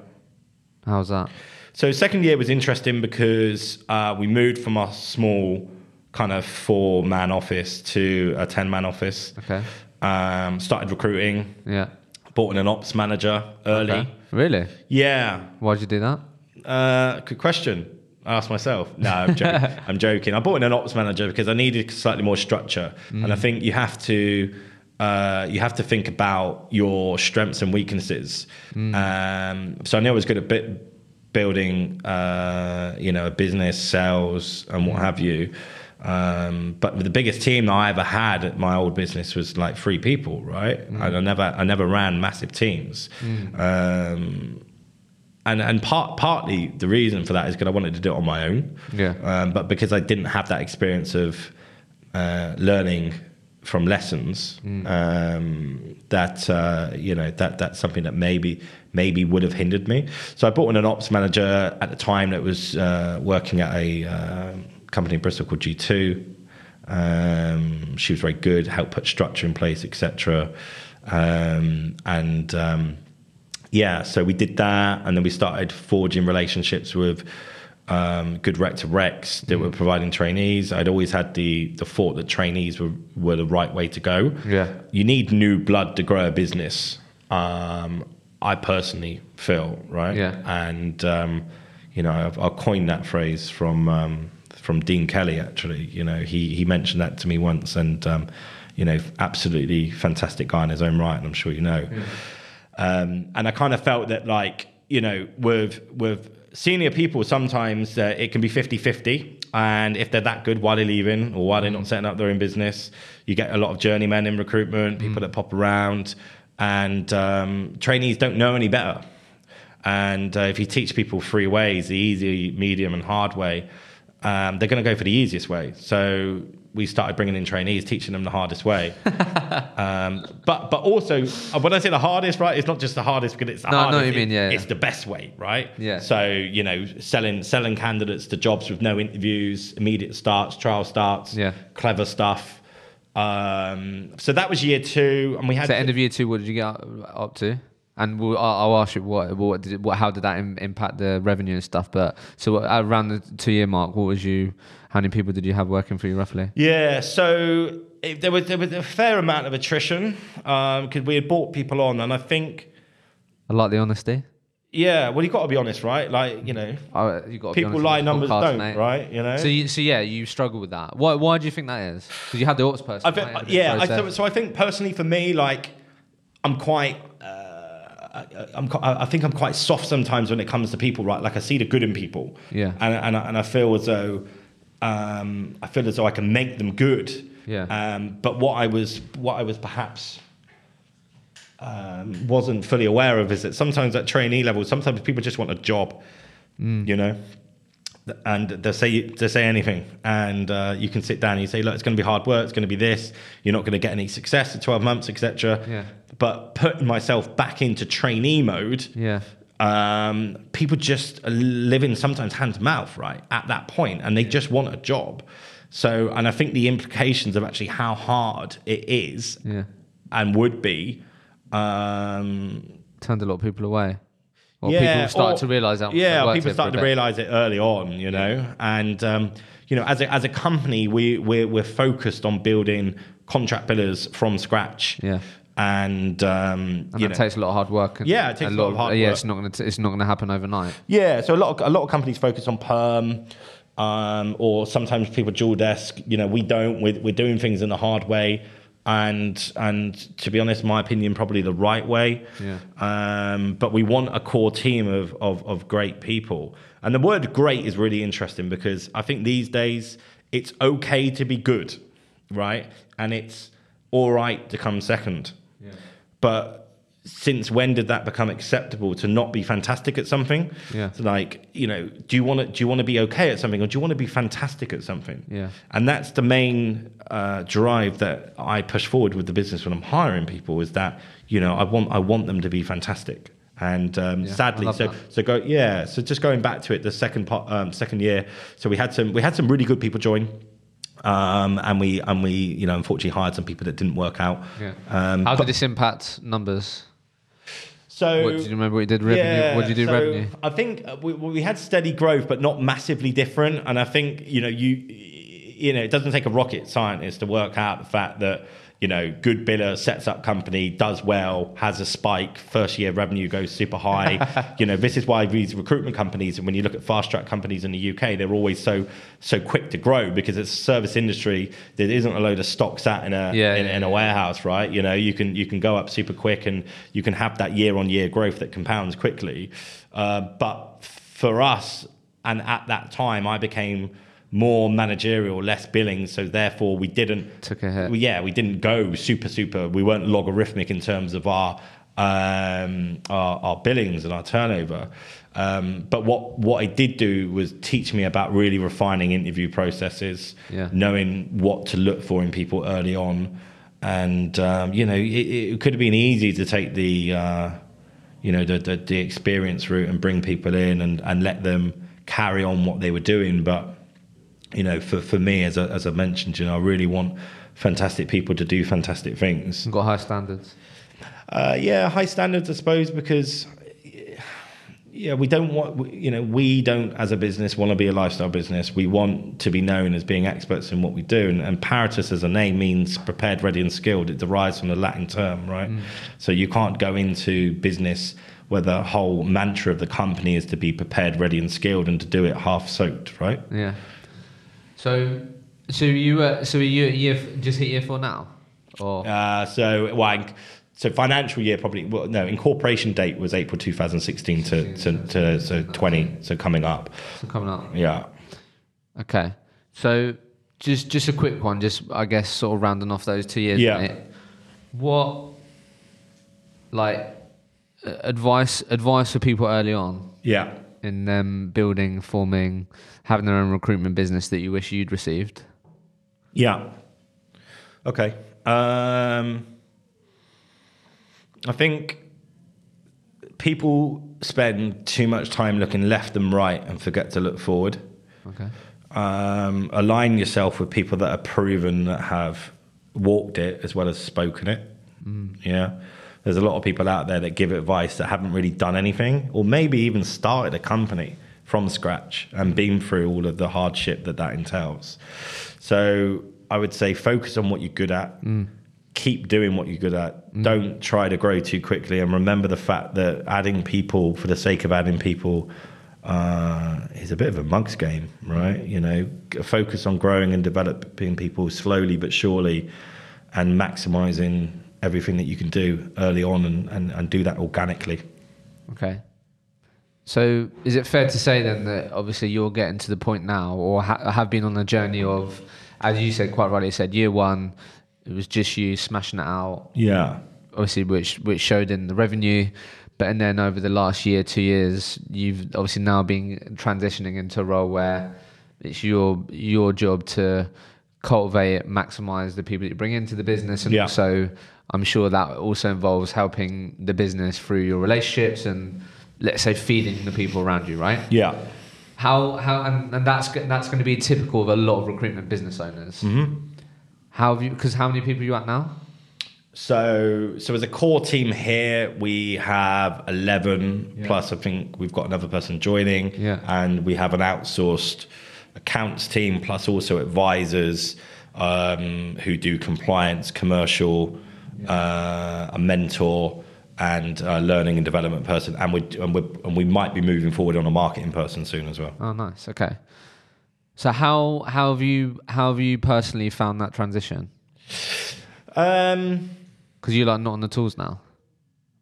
A: how's that?
B: So, second year was interesting because uh, we moved from our small kind of four man office to a 10 man office.
A: Okay,
B: Um, started recruiting,
A: yeah,
B: bought in an ops manager early.
A: Okay. really?
B: Yeah.
A: Why'd you do that?
B: Uh, good question. I asked myself. No, I'm joking. I'm joking. I bought in an ops manager because I needed slightly more structure, and I think you have to. Uh, you have to think about your strengths and weaknesses. Um, so I knew I was good at bit building, uh, you know, a business, sales, and what have you. Um, but the biggest team that I ever had at my old business was like three people, right? And I never, I never ran massive teams. Um, and and part partly the reason for that is because I wanted to do it on my own.
A: Yeah.
B: Um, but because I didn't have that experience of uh, learning from lessons, um, that uh, you know that that's something that maybe maybe would have hindered me. So I brought in an ops manager at the time that was uh, working at a uh, company in Bristol called G two. Um, she was very good, helped put structure in place, etc. Um, and um, yeah, so we did that, and then we started forging relationships with um, good rec to recs
A: Mm-hmm.
B: that were providing trainees. I'd always had the the thought that trainees were were the right way to go.
A: Yeah.
B: you need new blood to grow a business. Um, I personally feel right.
A: Yeah.
B: and um, you know, I've, I coined that phrase from um, from Dean Kelly. Actually, you know, he he mentioned that to me once, and um, you know, absolutely fantastic guy in his own right, and I'm sure you know um, and I kind of felt that like you know with with senior people sometimes uh, it can be 50-50 and if they're that good why are they leaving or why are they not setting up their own business you get a lot of journeymen in recruitment people that pop around and um, trainees don't know any better and uh, if you teach people three ways the easy, medium, and hard way um, they're going to go for the easiest way. So we started bringing in trainees, teaching them the
A: <laughs>
B: hardest way. um, but but also, uh, when I say the hardest, right, it's not just the hardest because it's the
A: No, I know
B: hardest.
A: what you mean,
B: it-
A: yeah, yeah.
B: It's the best way, right?
A: Yeah.
B: So you know, selling selling candidates to jobs with no interviews, immediate starts, trial starts,
A: Yeah.
B: clever stuff. Um, so that was year two, and we had
A: So end of year two, what did you get up- up to? And we'll, I'll, I'll ask you what, what, did it, what how did that im- impact the revenue and stuff? But so what- around the two year mark, what was you? How many people did you have working for you roughly?
B: Yeah, so it, there, was, there was a fair amount of attrition because we had bought people on, and I think,
A: I like the honesty.
B: yeah, well, you've got to be honest, right? Like, you know,
A: I, you got
B: people lie, numbers don't, right? You know,
A: So, you, so yeah, you struggle with that. Why? Why do you think that is? Because you had the ops person.
B: I
A: right, in
B: think,
A: the
B: yeah, I,
A: process.
B: so, so I think personally for me, like, I'm quite. Uh, I, I'm, qui- I I think I'm quite soft sometimes when it comes to people, right? Like I see the good in people,
A: Yeah.
B: and and I, and I feel as though um, I feel as though I can make them good,
A: Yeah.
B: Um, but what I was what I was perhaps um, wasn't fully aware of is that sometimes at trainee level, sometimes people just want a job,
A: Mm.
B: you know, Th- and they say they say anything, and uh, you can sit down and you say, look, it's going to be hard work, it's going to be this, you're not going to get any success in 12 months, etc.
A: Yeah.
B: But putting myself back into trainee mode,
A: Yeah.
B: um, people just live in sometimes hand to mouth, right? At that point, and they just want a job. So, and I think the implications of actually how hard it is
A: Yeah.
B: and would be. Um,
A: Turned a lot of people away. Or
B: yeah,
A: people started
B: or-
A: to realize that.
B: Yeah,
A: they
B: or
A: worked
B: people
A: here for a
B: started to
A: bit.
B: realize it early on, you know. And um, you know, as a, as a company, we we're, we're focused on building contract billers from scratch.
A: Yeah.
B: and um,
A: And
B: you
A: it
B: know,
A: takes a lot of hard work. And,
B: Yeah, it takes
A: and
B: a lot of hard
A: Yeah,
B: work.
A: it's not going to. It's not going to happen overnight.
B: Yeah, so a lot of, a lot of companies focus on perm, um, or sometimes people dual desk. You know, we don't. We're, we're doing things in the hard way, and and to be honest, my opinion, probably the right way.
A: Yeah.
B: Um, but we want a core team of, of of great people, and the word "great" is really interesting because I think these days it's okay to be good, right? And it's all right to come second.
A: Yeah.
B: But since when did that become acceptable to not be fantastic at something?
A: Yeah.
B: So like, you know, do you want to do you want to be okay at something, or do you want to be fantastic at something?
A: Yeah.
B: And that's the main uh, drive that I push forward with the business when I'm hiring people is that you know I want I want them to be fantastic. And um,
A: Yeah, I
B: sadly,
A: love
B: so
A: that.
B: so go yeah. So just going back to it, the second part, um, second year. So we had some we had some really good people join. Um, and we and we you know unfortunately hired some people that didn't work out.
A: Yeah.
B: Um,
A: How did
B: but-
A: this impact numbers?
B: so
A: What do you remember? What you did revenue? what did you do
B: so
A: revenue?
B: I think uh, we, we had steady growth, but not massively different. And I think you know you you know it doesn't take a rocket scientist to work out the fact that you know good biller sets up company does well has a spike first year revenue goes
A: <laughs>
B: super high you know this is why these recruitment companies and when you look at fast track companies in the UK they're always so so quick to grow because it's a service industry there isn't a load of stock sat in a
A: Yeah,
B: in,
A: yeah,
B: in a
A: yeah.
B: warehouse, right? You know, you can you can go up super quick and you can have that year on year growth that compounds quickly. Uh, but for us, and at that time, I became more managerial, less billing, so therefore we didn't
A: Took a hit.
B: we- yeah, we didn't go super super. We weren't logarithmic in terms of our um, our, our billings and our turnover. Um, but what what it did do was teach me about really refining interview processes,
A: Yeah.
B: knowing what to look for in people early on, and um, you know it, it could have been easy to take the uh, you know the, the the experience route and bring people in and and let them carry on what they were doing, but you know, for, for me, as I, as I mentioned, you know, I really want fantastic people to do fantastic things.
A: Got high standards.
B: Uh, yeah, high standards, I suppose, because yeah, we don't want we- you know we don't as a business want to be a lifestyle business. We want to be known as being experts in what we do, and, and Paratus as a name means prepared, ready, and skilled. It derives from the Latin term, right? So you can't go into business where the whole mantra of the company is to be prepared, ready, and skilled, and to do it half soaked, right?
A: Yeah. So, so you were, so are you at year f- just hit year four now, or
B: Uh, so, well, inc- so financial year probably. Well, no, incorporation date was April 2016 to, to, to so 20. So coming up,
A: so coming up?
B: yeah.
A: Okay. So just just a quick one, just I guess sort of rounding off those two years.
B: Yeah.
A: mate. What like uh, advice advice for people early on
B: Yeah.
A: in them building, forming, having their own recruitment business that you wish you'd received?
B: Yeah. Okay. Um, I think people spend too much time looking left and right and forget to look forward.
A: Okay.
B: Um, align yourself with people that are proven that have walked it as well as spoken it. Yeah. There's a lot of people out there that give advice that haven't really done anything or maybe even started a company from scratch and been through all of the hardship that that entails. So I would say focus on what you're good at. Keep doing what you're good at. Don't try to grow too quickly. And remember the fact that adding people for the sake of adding people uh, is a bit of a monk's game, right? You know, g- focus on growing and developing people slowly but surely and maximizing everything that you can do early on and, and, and do that organically.
A: Okay. So is it fair to say then that obviously you're getting to the point now, or ha- have been on a journey of, as you said quite rightly, said year one, it was just you smashing it out,
B: Yeah.
A: obviously which which showed in the revenue, but and then over the last year, two years, you've obviously now been transitioning into a role where it's your your job to cultivate, it, maximize the people that you bring into the business, and
B: Yeah.
A: also I'm sure that also involves helping the business through your relationships and let's say feeding the people around you, right?
B: Yeah.
A: How how and, and that's go- that's going to be typical of a lot of recruitment business owners. How have you? Because how many people are you at now?
B: So, so as a core team here, we have 11 plus I think we've got another person joining
A: Yeah.
B: and we have an outsourced accounts team plus also advisors um, who do compliance, commercial, uh, a mentor and a learning and development person. And we, and, we, and we might be moving forward on a marketing person soon as well.
A: Oh, nice. Okay. So how how have you how have you personally found that transition?
B: Um,
A: Because you're like not on the tools now,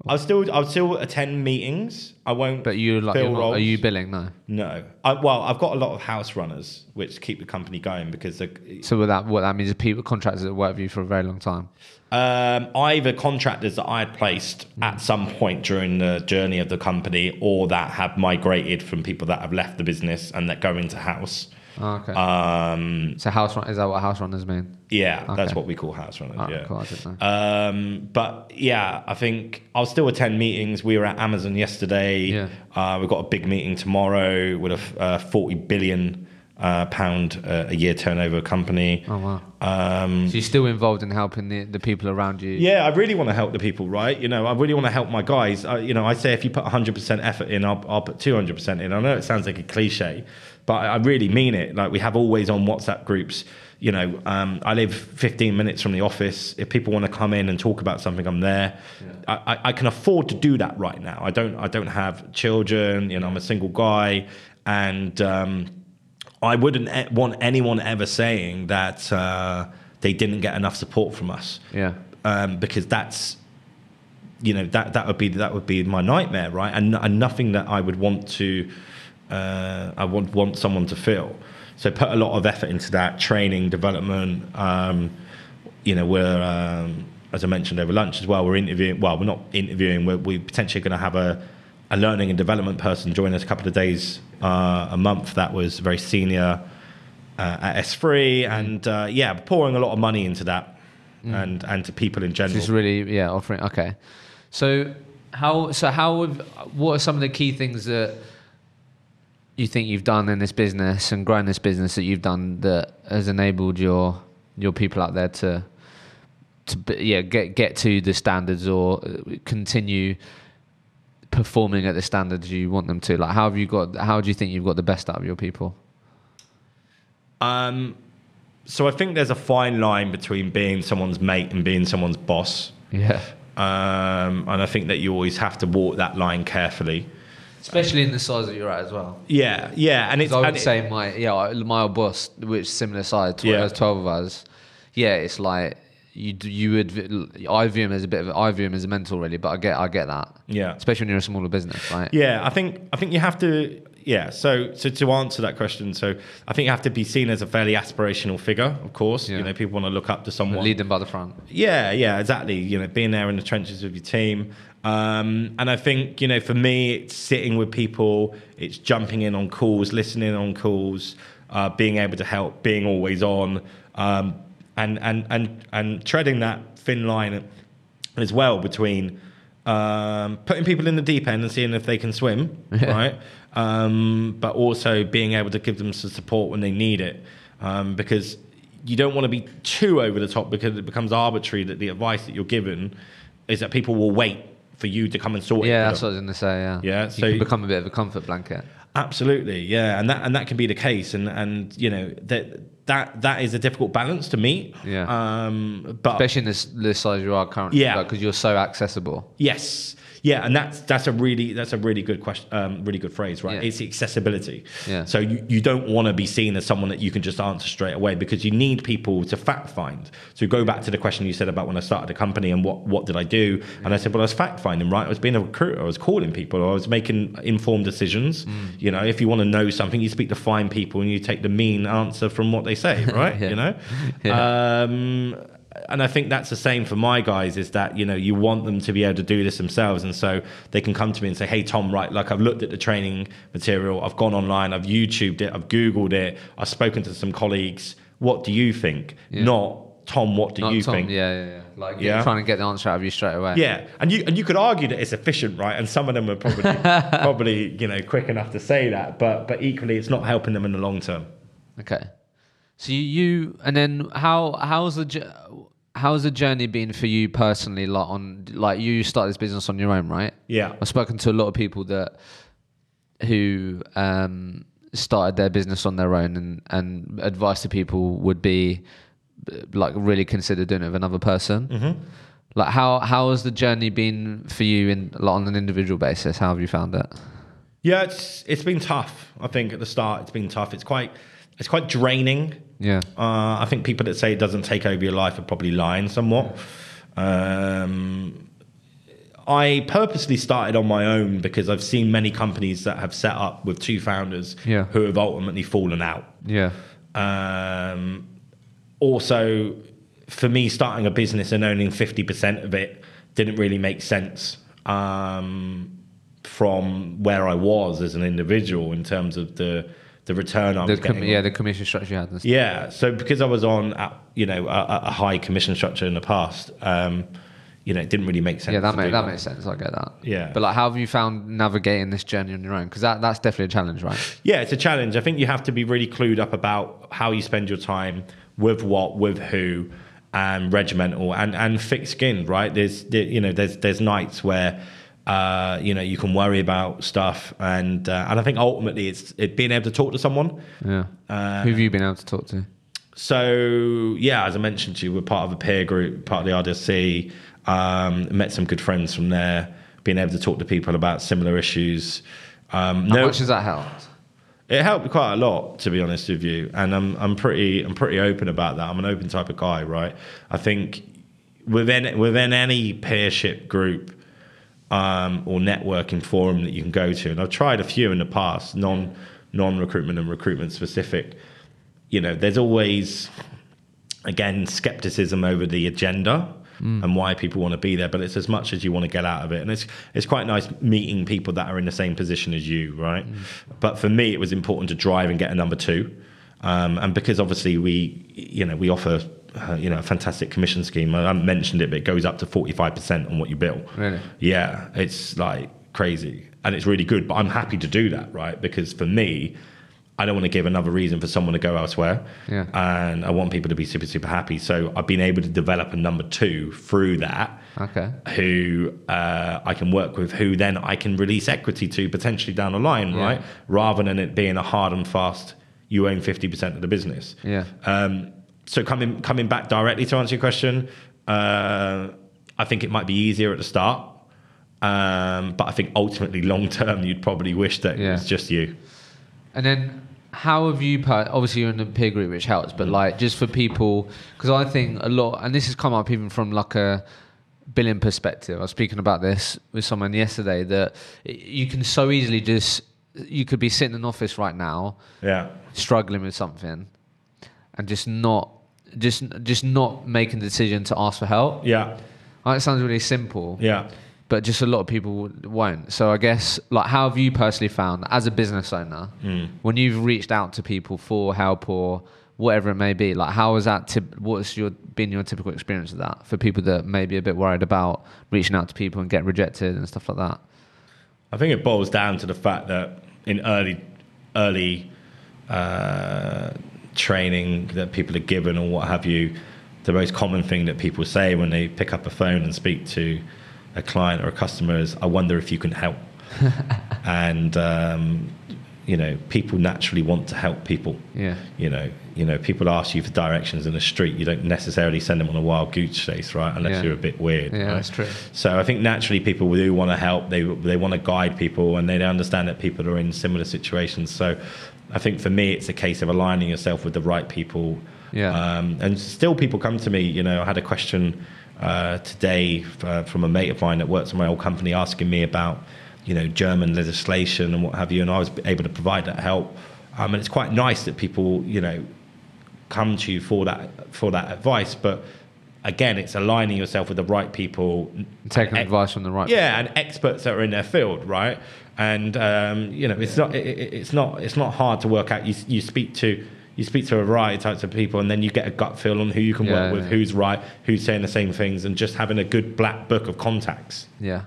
B: I'll still, I'll still attend meetings. I won't.
A: but you're like
B: fill
A: you're not, are
B: roles.
A: you billing now?
B: No. I, well, I've got a lot of house runners, which keep the company going because they're,
A: So with that what that means is people contractors that work with you for a very long time.
B: um, either contractors that I had placed at some point during the journey of the company or that have migrated from people that have left the business and that go into house.
A: Oh, okay.
B: Um,
A: so house run is that what house runners mean?
B: yeah, that's
A: Okay.
B: what we call house runners.
A: Oh,
B: yeah.
A: cool, I didn't know.
B: Um, but yeah, I think I'll still attend meetings. We were at Amazon yesterday.
A: Yeah.
B: Uh, we've got a big meeting tomorrow with a f- uh, 40 billion uh, pound uh, a year turnover company.
A: Oh wow.
B: Um,
A: So you're still involved in helping the, the people around you.
B: yeah, I really want to help the people, right? You know, I really want to help my guys. I, you know, I say if you put 100% effort in, I'll, I'll put 200% in. I know it sounds like a cliche, but I, I really mean it. Like, we have always on WhatsApp groups. You know, um, I live 15 minutes from the office. If people want to come in and talk about something, I'm there. I, I, I can afford to do that right now. I don't. I don't have children. You know, I'm a single guy, and um, I wouldn't e- want anyone ever saying that uh, they didn't get enough support from us.
A: Yeah.
B: Um, because that's, you know, that that would be that would be my nightmare, right? And, and nothing that I would want to, uh, I would want someone to feel. So put a lot of effort into that training, development. Um, you know, we're um, as I mentioned over lunch as well. We're interviewing. Well, we're not interviewing. We're, we're potentially going to have a a learning and development person join us a couple of days uh, a month. That was very senior uh, at S3, and uh, yeah, pouring a lot of money into that, and and to people in general.
A: Just really, yeah, offering. Okay, so how so how have, what are some of the key things that you think you've done in this business and grown this business that you've done that has enabled your your people out there to to be, yeah get get to the standards or uh, continue performing at the standards you want them to like how have you got how do you think you've got the best out of your people
B: Um, so I think there's a fine line between being someone's mate and being someone's boss,
A: yeah
B: um, and I think that you always have to walk that line carefully.
A: especially in the size that you're at as well
B: Yeah, yeah, and it's
A: So I
B: and
A: would
B: it-
A: say my yeah I- my old boss, which is similar size, tw-
B: Yeah.
A: there's twelve of us. Yeah, it's like you d- you would v- I view him as a bit of I view him as a mentor really, but I get I get that.
B: Yeah.
A: especially when you're a smaller business, right?
B: Yeah, I think I think you have to. Yeah, so so to answer that question, so I think you have to be seen as a fairly aspirational figure. Of course,
A: Yeah.
B: you know people want to look up to someone.
A: Lead them by the front.
B: Yeah, yeah, exactly. You know, being there in the trenches with your team. Um, and I think, you know, for me, it's sitting with people, it's jumping in on calls, listening on calls, uh, being able to help, being always on, um, and, and, and, and treading that thin line as well between um, putting people in the deep end and seeing if they
A: <laughs>
B: can swim, right? Um, but also being able to give them some support when they need it. Um, because you don't want to be too over the top because it becomes arbitrary that the advice that you're given is that people will wait for you to come and sort it.
A: Yeah,
B: for
A: that's what I was
B: them.
A: going to say. Yeah,
B: Yeah,
A: You
B: so Oh.
A: can
B: you-
A: become a bit of a comfort blanket.
B: Absolutely, yeah, and that and that can be the case, and and you know that that that is a difficult balance to meet.
A: Yeah.
B: Um, but
A: especially in this, the size you are currently.
B: Yeah.
A: because you're so accessible.
B: yes, yeah, and that's that's a really that's a really good question, um, really good phrase, right?
A: Yeah.
B: It's accessibility.
A: Yeah.
B: So you, you don't want to be seen as someone that you can just answer straight away because you need people to fact find. So go back to the question you said about when I started a company and what what did I do? And I said, well, I was fact finding, right? I was being a recruiter, I was calling people, I was making informed decisions.
A: Mm.
B: You know, if you want to know something, you speak to fine people and you take the mean answer from what they say, right?
A: <laughs> Yeah.
B: You know.
A: Yeah.
B: Um, and I think that's the same for my guys is that, you know, you want them to be able to do this themselves. And so they can come to me and say, hey, Tom, right, like I've looked at the training material, I've gone online, I've YouTubed it, I've Googled it, I've spoken to some colleagues. What do you think?
A: Yeah.
B: Not, Tom, what do
A: Not
B: you
A: Tom.
B: think?
A: Yeah, yeah, yeah. Like you're
B: Yeah.
A: trying to get the answer out of you straight away.
B: Yeah, and you and you could argue that it's efficient, right? And some of them
A: <laughs>
B: are probably probably you know quick enough to say that, but but equally, it's not helping them in the long term.
A: Okay. So you, you and then how how's the j- how's the journey been for you personally? Like on like you started this business on your own, right?
B: Yeah,
A: I've spoken to a lot of people that who um, started their business on their own, and, and advice to people would be b- like really consider doing it with another person.
B: Mm-hmm.
A: Like how how has the journey been for you in like, on an individual basis? How have you found it?
B: Yeah, it's it's been tough. I think at the start, it's been tough. It's quite it's quite draining.
A: Yeah,
B: Uh, I think people that say it doesn't take over your life are probably lying somewhat. Um, I purposely started on my own because I've seen many companies that have set up with two founders
A: Yeah.
B: who have ultimately fallen out.
A: yeah,
B: Um, also, for me, starting a business and owning 50% of it didn't really make sense um, from where I was as an individual in terms of the, the return I
A: the
B: was
A: com-
B: getting.
A: yeah the commission structure you had. And stuff.
B: Yeah. So because I was on, uh, you know, a, a a high commission structure in the past, um, you know, it didn't really make sense.
A: Yeah, that
B: to
A: makes
B: do
A: that makes sense. I get that.
B: Yeah.
A: but like, how have you found navigating this journey on your own? Because that, that's definitely a challenge, right?
B: yeah, it's a challenge. I think you have to be really clued up about how you spend your time, with what, with who, and regimental and and thick skinned. Right? There's there, you know there's there's nights where. Uh, you know, you can worry about stuff, and uh, and I think ultimately it's it being able to talk to someone.
A: Yeah.
B: Uh,
A: Who have you been able to talk to?
B: So yeah, as I mentioned to you, we're part of a peer group, part of the RDC. Um, met some good friends from there. Being able to talk to people about similar issues. Um,
A: How
B: no,
A: much has that helped?
B: it helped quite a lot, to be honest with you. And I'm I'm pretty I'm pretty open about that. I'm an open type of guy, right? I think within within any peership group um, or networking forum that you can go to, and I've tried a few in the past, non non recruitment and recruitment specific. You know, there's always again skepticism over the agenda and why people want to be there but it's as much as you want to get out of it and it's it's quite nice meeting people that are in the same position as you right but for me it was important to drive and get a number two um, and because obviously we you know we offer uh, you know a fantastic commission scheme i haven't mentioned it but it goes up to 45% on what you bill
A: Really?
B: yeah it's like crazy and it's really good but i'm happy to do that right because for me i don't want to give another reason for someone to go elsewhere
A: Yeah.
B: and I want people to be super, super happy. So I've been able to develop a number two through that,
A: Okay.
B: who uh, I can work with, who then I can release equity to potentially down the line,
A: Yeah.
B: right? Rather than it being a hard and fast, you own 50% of the business.
A: Yeah.
B: Um, so coming coming back directly to answer your question, uh, I think it might be easier at the start. Um, but I think ultimately, long term, you'd probably wish that
A: Yeah.
B: it was just you.
A: And then how have you, per- obviously you're in a peer group, which helps, but like just for people, because I think a lot, and this has come up even from like a billing perspective. I was speaking about this with someone yesterday that y- you can so easily just, you could be sitting in an office right now
B: Yeah.
A: struggling with something and just not, just, just not making the decision to ask for help.
B: Yeah.
A: I know It sounds really simple.
B: Yeah.
A: but just a lot of people won't. So I guess, like, how have you personally found as a business owner when you've reached out to people for help or whatever it may be? Like, how has that? Tip, what's your been your typical experience of that for people that may be a bit worried about reaching out to people and getting rejected and stuff like that?
B: I think it boils down to the fact that in early, early uh, training that people are given or what have you, the most common thing that people say when they pick up a phone and speak to a client or a customer is, "I wonder if you can
A: <laughs>
B: help." and um, you know, people naturally want to help people.
A: Yeah.
B: You know, you know, people ask you for directions in the street. You don't necessarily send them on a wild goose chase, right? Unless
A: Yeah.
B: you're a bit weird.
A: Yeah,
B: right?
A: that's true.
B: So I think naturally people do want to help. They they want to guide people, and they understand that people are in similar situations. So I think for me, it's a case of aligning yourself with the right people.
A: Yeah.
B: Um, and still, people come to me. You know, I had a question uh, today uh, from a mate of mine that works in my old company asking me about you know German legislation and what have you, and I was able to provide that help. Um, and it's quite nice that people, you know, come to you for that for that advice, but. Again, it's aligning yourself with the right people,
A: Taking
B: and-
A: advice from the right.
B: yeah, and experts that are in their field, right? And um, you know, it's not it, it- it's not it's not hard to work out. You you speak to you speak to a variety of types of people, and then you get a gut feel on who you can
A: Yeah,
B: work with,
A: yeah.
B: who's right, who's saying the same things, and just having a good black book of contacts.
A: Yeah.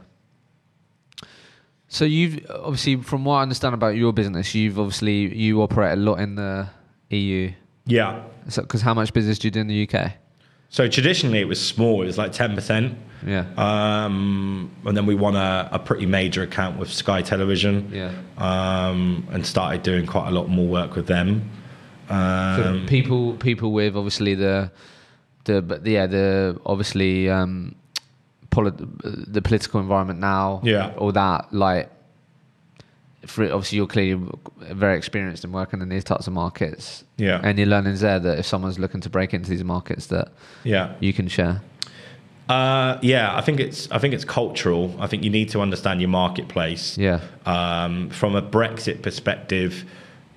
A: So you've obviously, from what I understand about your business, you've obviously you operate a lot in the E EU.
B: Yeah.
A: Because how much business do you do in the UK?
B: So traditionally, it was small. It was like ten percent.
A: Yeah.
B: Um, and then we won a, a pretty major account with Sky Television.
A: Yeah.
B: Um, and started doing quite a lot more work with them.
A: For
B: Um,
A: people, people with obviously the, the but yeah the obviously um, polit- the political environment now.
B: Yeah.
A: All that like. For, obviously, you're clearly very experienced in working in these types of markets.
B: Yeah.
A: And your learnings there that if someone's looking to break into these markets, that
B: yeah.
A: you can share.
B: Uh, yeah, I think it's I think it's cultural. I think you need to understand your marketplace.
A: Yeah.
B: Um, from a Brexit perspective,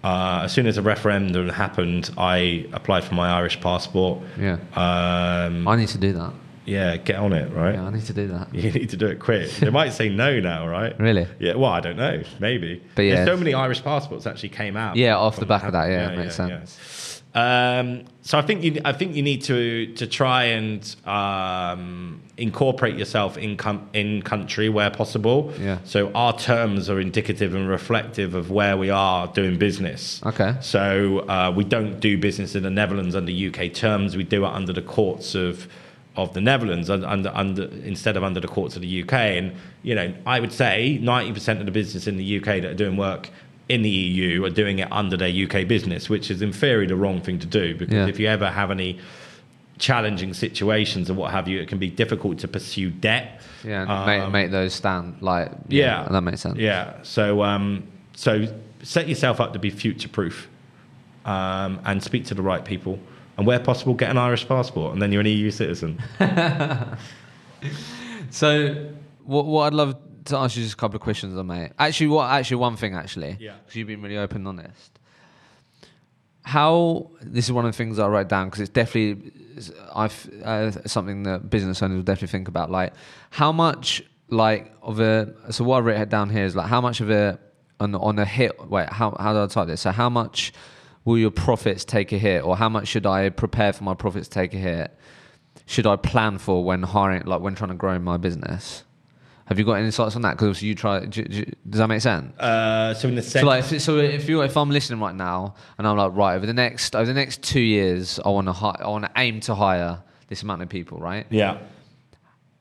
B: uh, as soon as the referendum happened, I applied for my Irish passport.
A: Yeah.
B: Um,
A: I need to do that.
B: yeah, get on it, right?
A: Yeah, I need to do that.
B: <laughs> You need to do it quick. They might say no
A: <laughs>
B: now, right?
A: Really?
B: Yeah. Well, I don't know. Maybe.
A: But yeah,
B: There's so
A: it's-
B: many Irish passports actually came out.
A: Yeah, off the
B: from
A: back of that,
B: having-
A: yeah, it makes sense.
B: Um, so I think you, I think you need to to try and um, incorporate yourself in com- in country where possible.
A: Yeah.
B: So our terms are indicative and reflective of where we are doing business.
A: Okay.
B: So uh, we don't do business in the Netherlands under UK terms. We do it under the courts of of the Netherlands un- under under instead of under the courts of the UK. And you know, I would say ninety percent of the business in the UK that are doing work in the EU are doing it under their UK business, which is in theory the wrong thing to do because
A: Yeah.
B: if you ever have any challenging situations and what have you, it can be difficult to pursue debt.
A: Yeah. and
B: Um,
A: make, make those stand like.
B: yeah,
A: That makes sense.
B: Yeah. So um, so set yourself up to be future proof, um, and speak to the right people, and where possible, get an Irish passport, and then you're an EU citizen.
A: So, what, what I'd love to ask you just a couple of questions on mate. Actually, what actually one thing actually,
B: Yeah.
A: because you've been really open and honest. How this is one of the things I write down because it's definitely I've uh, something that business owners will definitely think about. Like how much like of a so what I wrote down here is like how much of a on on a hit. Wait, how how do I type this? So how much will your profits take a hit, or how much should I prepare for my profits to take a hit? should I plan for when hiring, like when trying to grow my business? Have you got any insights on that? Because you try. Do, do, does that make sense?
B: Uh, so in the sense,
A: So like, if, so if you if I'm listening right now and I'm like, right over the next over the next two years, I want to hi- I want to aim to hire this amount of people, right?
B: yeah.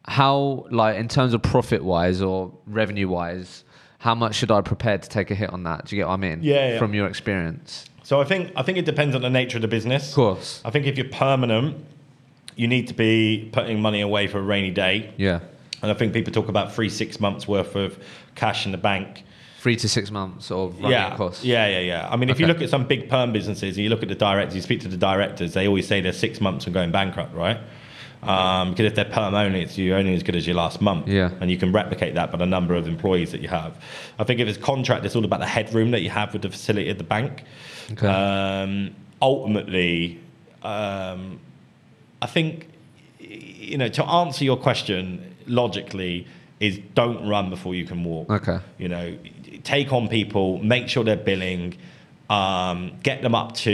A: How like in terms of profit wise or revenue wise, how much should I prepare to take a hit on that? Do you get what I mean?
B: Yeah, yeah.
A: From your experience,
B: So I think I think it depends on the nature of the business.
A: of course.
B: I think if you're permanent, you need to be putting money away for a rainy day,
A: Yeah,
B: and I think people talk about three six months worth of cash in the bank.
A: three to six months of running
B: yeah,
A: costs.
B: Yeah, yeah, yeah. I mean, if you
A: Okay.
B: look at some big perm businesses, and you look at the directors, you speak to the directors, they always say they're six months from going bankrupt, right? Um, because if they're perm only, it's you're only as good as your last month.
A: Yeah.
B: And you can replicate that by the number of employees that you have. I think if it's contract, it's all about the headroom that you have with the facility at the bank.
A: Okay.
B: Um, ultimately, um, I think, you know, to answer your question logically, is don't run before you can walk
A: Okay.
B: you know take on people make sure they're billing um, get them up to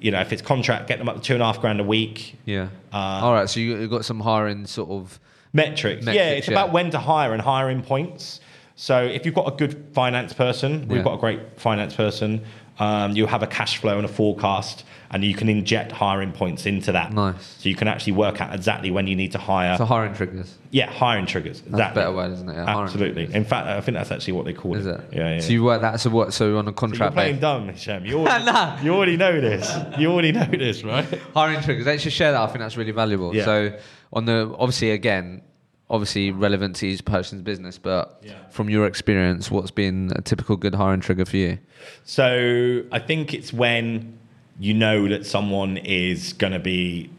B: you know if it's contract get them up to two and a half grand a week
A: Yeah.
B: Uh,
A: All right. So you, you got some hiring sort of.
B: metrics, yeah
A: Metrics,
B: it's
A: yeah.
B: about when to hire and hiring points so if you've got a good finance person
A: Yeah.
B: we've got a great finance person Um, you have a cash flow and a forecast, and you can inject hiring points into that.
A: Nice.
B: So you can actually work out exactly when you need to hire.
A: So hiring triggers.
B: yeah, hiring triggers.
A: That's a better word, isn't it? Yeah, hiring
B: Absolutely.
A: triggers.
B: In fact, I think that's actually what they call
A: Is
B: it.
A: it?
B: Yeah, yeah.
A: So you work that. So what? So on a
B: You're
A: contract
B: playing
A: basis.
B: dumb,
A: <laughs>
B: Hisham. You already,
A: Nah.
B: you already know this. You already know this, right?
A: hiring triggers. Let's just share that. I think that's really valuable.
B: Yeah.
A: So on the obviously again, obviously relevant to each person's business, but from your experience, what's been a typical good hiring trigger for you?
B: So I think it's when you know that someone is going to be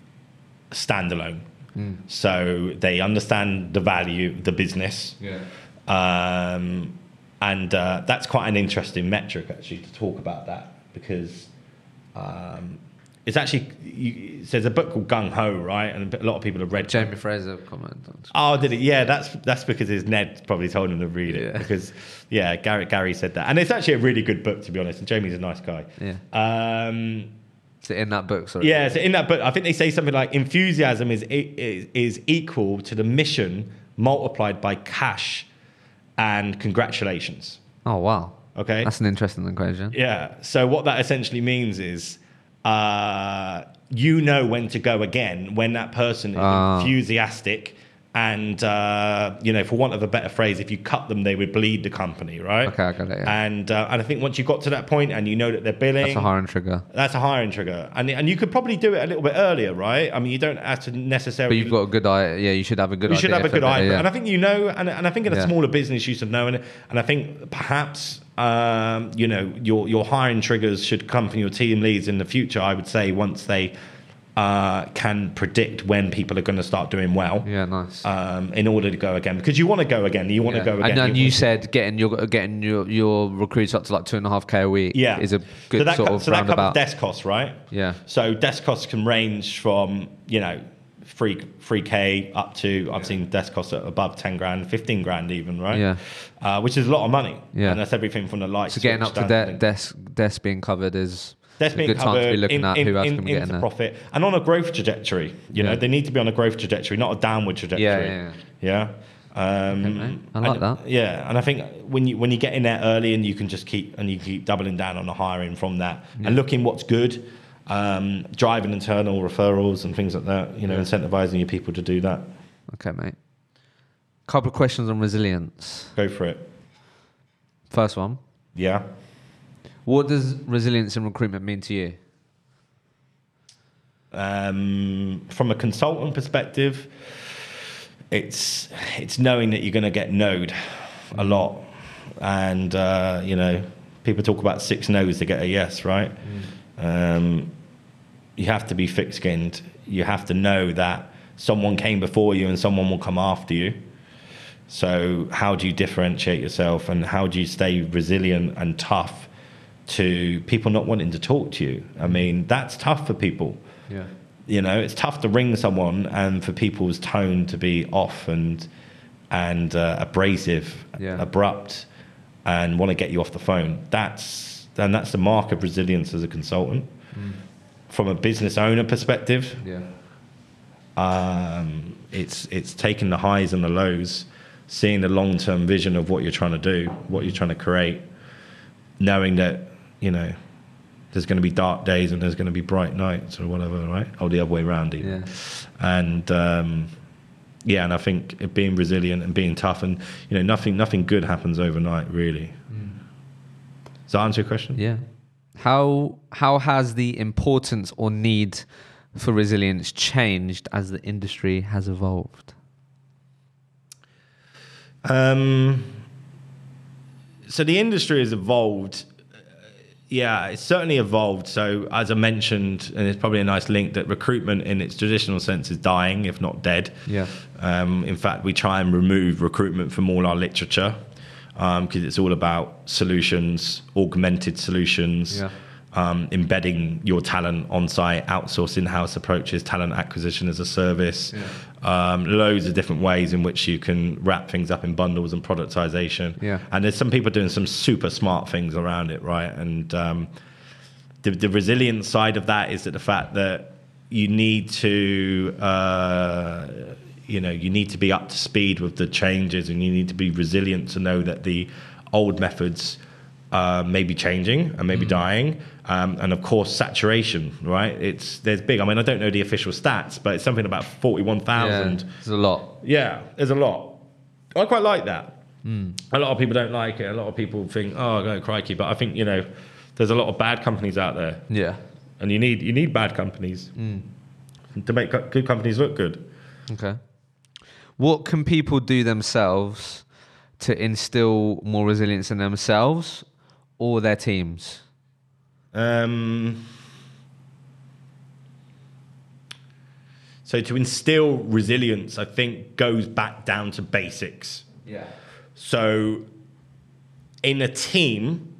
B: standalone. So they understand the value, the business.
A: Yeah.
B: Um, and uh, that's quite an interesting metric, actually, to talk about that because um, it's actually, you, so there's a book called Gung Ho, right? And a lot of people have read it.
A: Jamie Fraser comment. on-
B: Oh, did it? Yeah, that's that's because his Ned probably told him to read it
A: Yeah.
B: because yeah, Gary Gary said that, and it's actually a really good book to be honest. And Jamie's a nice guy.
A: Yeah.
B: Um,
A: Is it in that book? Sorry.
B: yeah. So in that book, I think they say something like enthusiasm is e- is, is equal to the mission multiplied by cash and congratulations.
A: Oh wow.
B: Okay.
A: That's an interesting equation.
B: Yeah. So what that essentially means is uh, you know when to go again when that person is
A: Ah.
B: enthusiastic. And uh, you know, for want of a better phrase, if you cut them, they would bleed the company, right?
A: Okay, I got it, yeah.
B: And uh, and I think once you got to that point, and you know that they're billing,
A: That's a hiring trigger.
B: that's a hiring trigger, and and you could probably do it a little bit earlier, right? I mean, you don't have to
A: But
B: necessarily.
A: you've got a good eye. Yeah, you should have a good.
B: You should
A: idea
B: have a
A: for
B: good
A: that,
B: eye.
A: Yeah.
B: And I think you know, and, and I think in a
A: Yeah.
B: smaller business, you should know. And, and I think perhaps, um, you know, your, your hiring triggers should come from your team leads in the future, I would say, once they uh, can predict when people are going to start doing well.
A: yeah, nice.
B: Um, in order to go again, because you want to go again, you want
A: Yeah.
B: to go again.
A: And then
B: you
A: you
B: want to-
A: said getting your getting your your recruits up to like two and a half k a week.
B: yeah,
A: is a good
B: so that,
A: sort
B: co-
A: of
B: so that
A: roundabout.
B: covers desk costs, right?
A: yeah,
B: So desk costs can range from you know three three k up to I've seen desk costs at above ten grand, fifteen grand even, right?
A: Yeah.
B: Uh, which is a lot of money.
A: Yeah.
B: And that's everything from the lights.
A: so getting
B: switch
A: up to
B: down
A: de-
B: things.
A: desk desk being covered is
B: That's
A: a
B: being
A: good
B: covered
A: time to be looking
B: in,
A: at
B: in,
A: who else
B: in,
A: can we get in
B: into
A: there.
B: profit and on a growth trajectory. You
A: Yeah.
B: know, they need to be on a growth trajectory, not a downward trajectory.
A: yeah,
B: Yeah. Um,
A: mate. I like
B: and-
A: that.
B: Yeah, and I think when you when you get in there early and you can just keep and you keep doubling down on the hiring from that and looking what's good, um, driving internal referrals and things like that. You know,
A: Yeah.
B: incentivizing your people to do that.
A: Okay, mate. Couple of questions on resilience.
B: Go for it.
A: First one:
B: Yeah.
A: What does resilience in recruitment mean to you?
B: Um, from a consultant perspective, it's it's knowing that you're going to get noed a lot, and uh, you know people talk about six no's to get a yes, right? Um, you have to be thick-skinned. You have to know that someone came before you and someone will come after you. So how do you differentiate yourself and how do you stay resilient and tough to people not wanting to talk to you? I mean, that's tough for people
A: Yeah.
B: you know it's tough to ring someone and for people's tone to be off and and uh, abrasive
A: Yeah.
B: abrupt and want to get you off the phone that's and that's the mark of resilience as a consultant from a business owner perspective
A: Yeah.
B: um, it's it's taking the highs and the lows, seeing the long term vision of what you're trying to do, what you're trying to create, knowing that you know there's going to be dark days and there's going to be bright nights or whatever, right? Or the other way around, even.
A: Yeah.
B: And um, yeah, and I think it being resilient and being tough, and you know nothing nothing good happens overnight, really. Does that answer your question?
A: Yeah. How how has the importance or need for resilience changed as the industry has evolved?
B: Um, so the industry has evolved. Uh, Yeah, it's certainly evolved. So as I mentioned, and it's probably a nice link that recruitment in its traditional sense is dying, if not dead.
A: Yeah.
B: Um, in fact, we try and remove recruitment from all our literature because it's all about solutions, augmented solutions.
A: Yeah.
B: Um, embedding your talent on site, outsource in house approaches, talent acquisition as a service, um, loads of different ways in which you can wrap things up in bundles and productization.
A: Yeah.
B: And there's some people doing some super smart things around it, right? And um, the, the resilient side of that is that the fact that you need to uh, you know you need to be up to speed with the changes and you need to be resilient to know that the old methods uh, maybe changing and maybe dying, um, and of course saturation. Right? It's there's big. I mean, I don't know the official stats, but it's something about forty-one thousand.
A: There's a lot.
B: Yeah, there's a lot. I quite like that. A lot of people don't like it. A lot of people think, oh, no, crikey. But I think you know, there's a lot of bad companies out there,
A: Yeah.
B: and you need you need bad companies to make co- good companies look good.
A: Okay. What can people do themselves to instill more resilience in themselves or their teams?
B: Um, so to instill resilience, I think goes back down to basics.
A: Yeah.
B: So, in a team,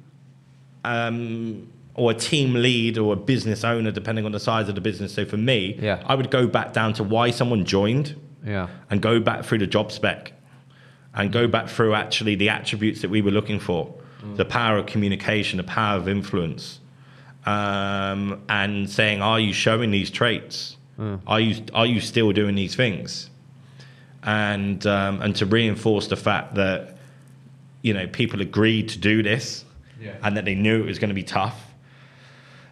B: um, or a team lead or a business owner, depending on the size of the business. So for me,
A: Yeah.
B: I would go back down to why someone joined
A: Yeah.
B: and go back through the job spec and go back through actually the attributes that we were looking for the power of communication, the power of influence, um, and saying, Are you showing these traits? Are, you, are you still doing these things? And, um, and to reinforce the fact that you know people agreed to do this
A: Yeah.
B: and that they knew it was going to be tough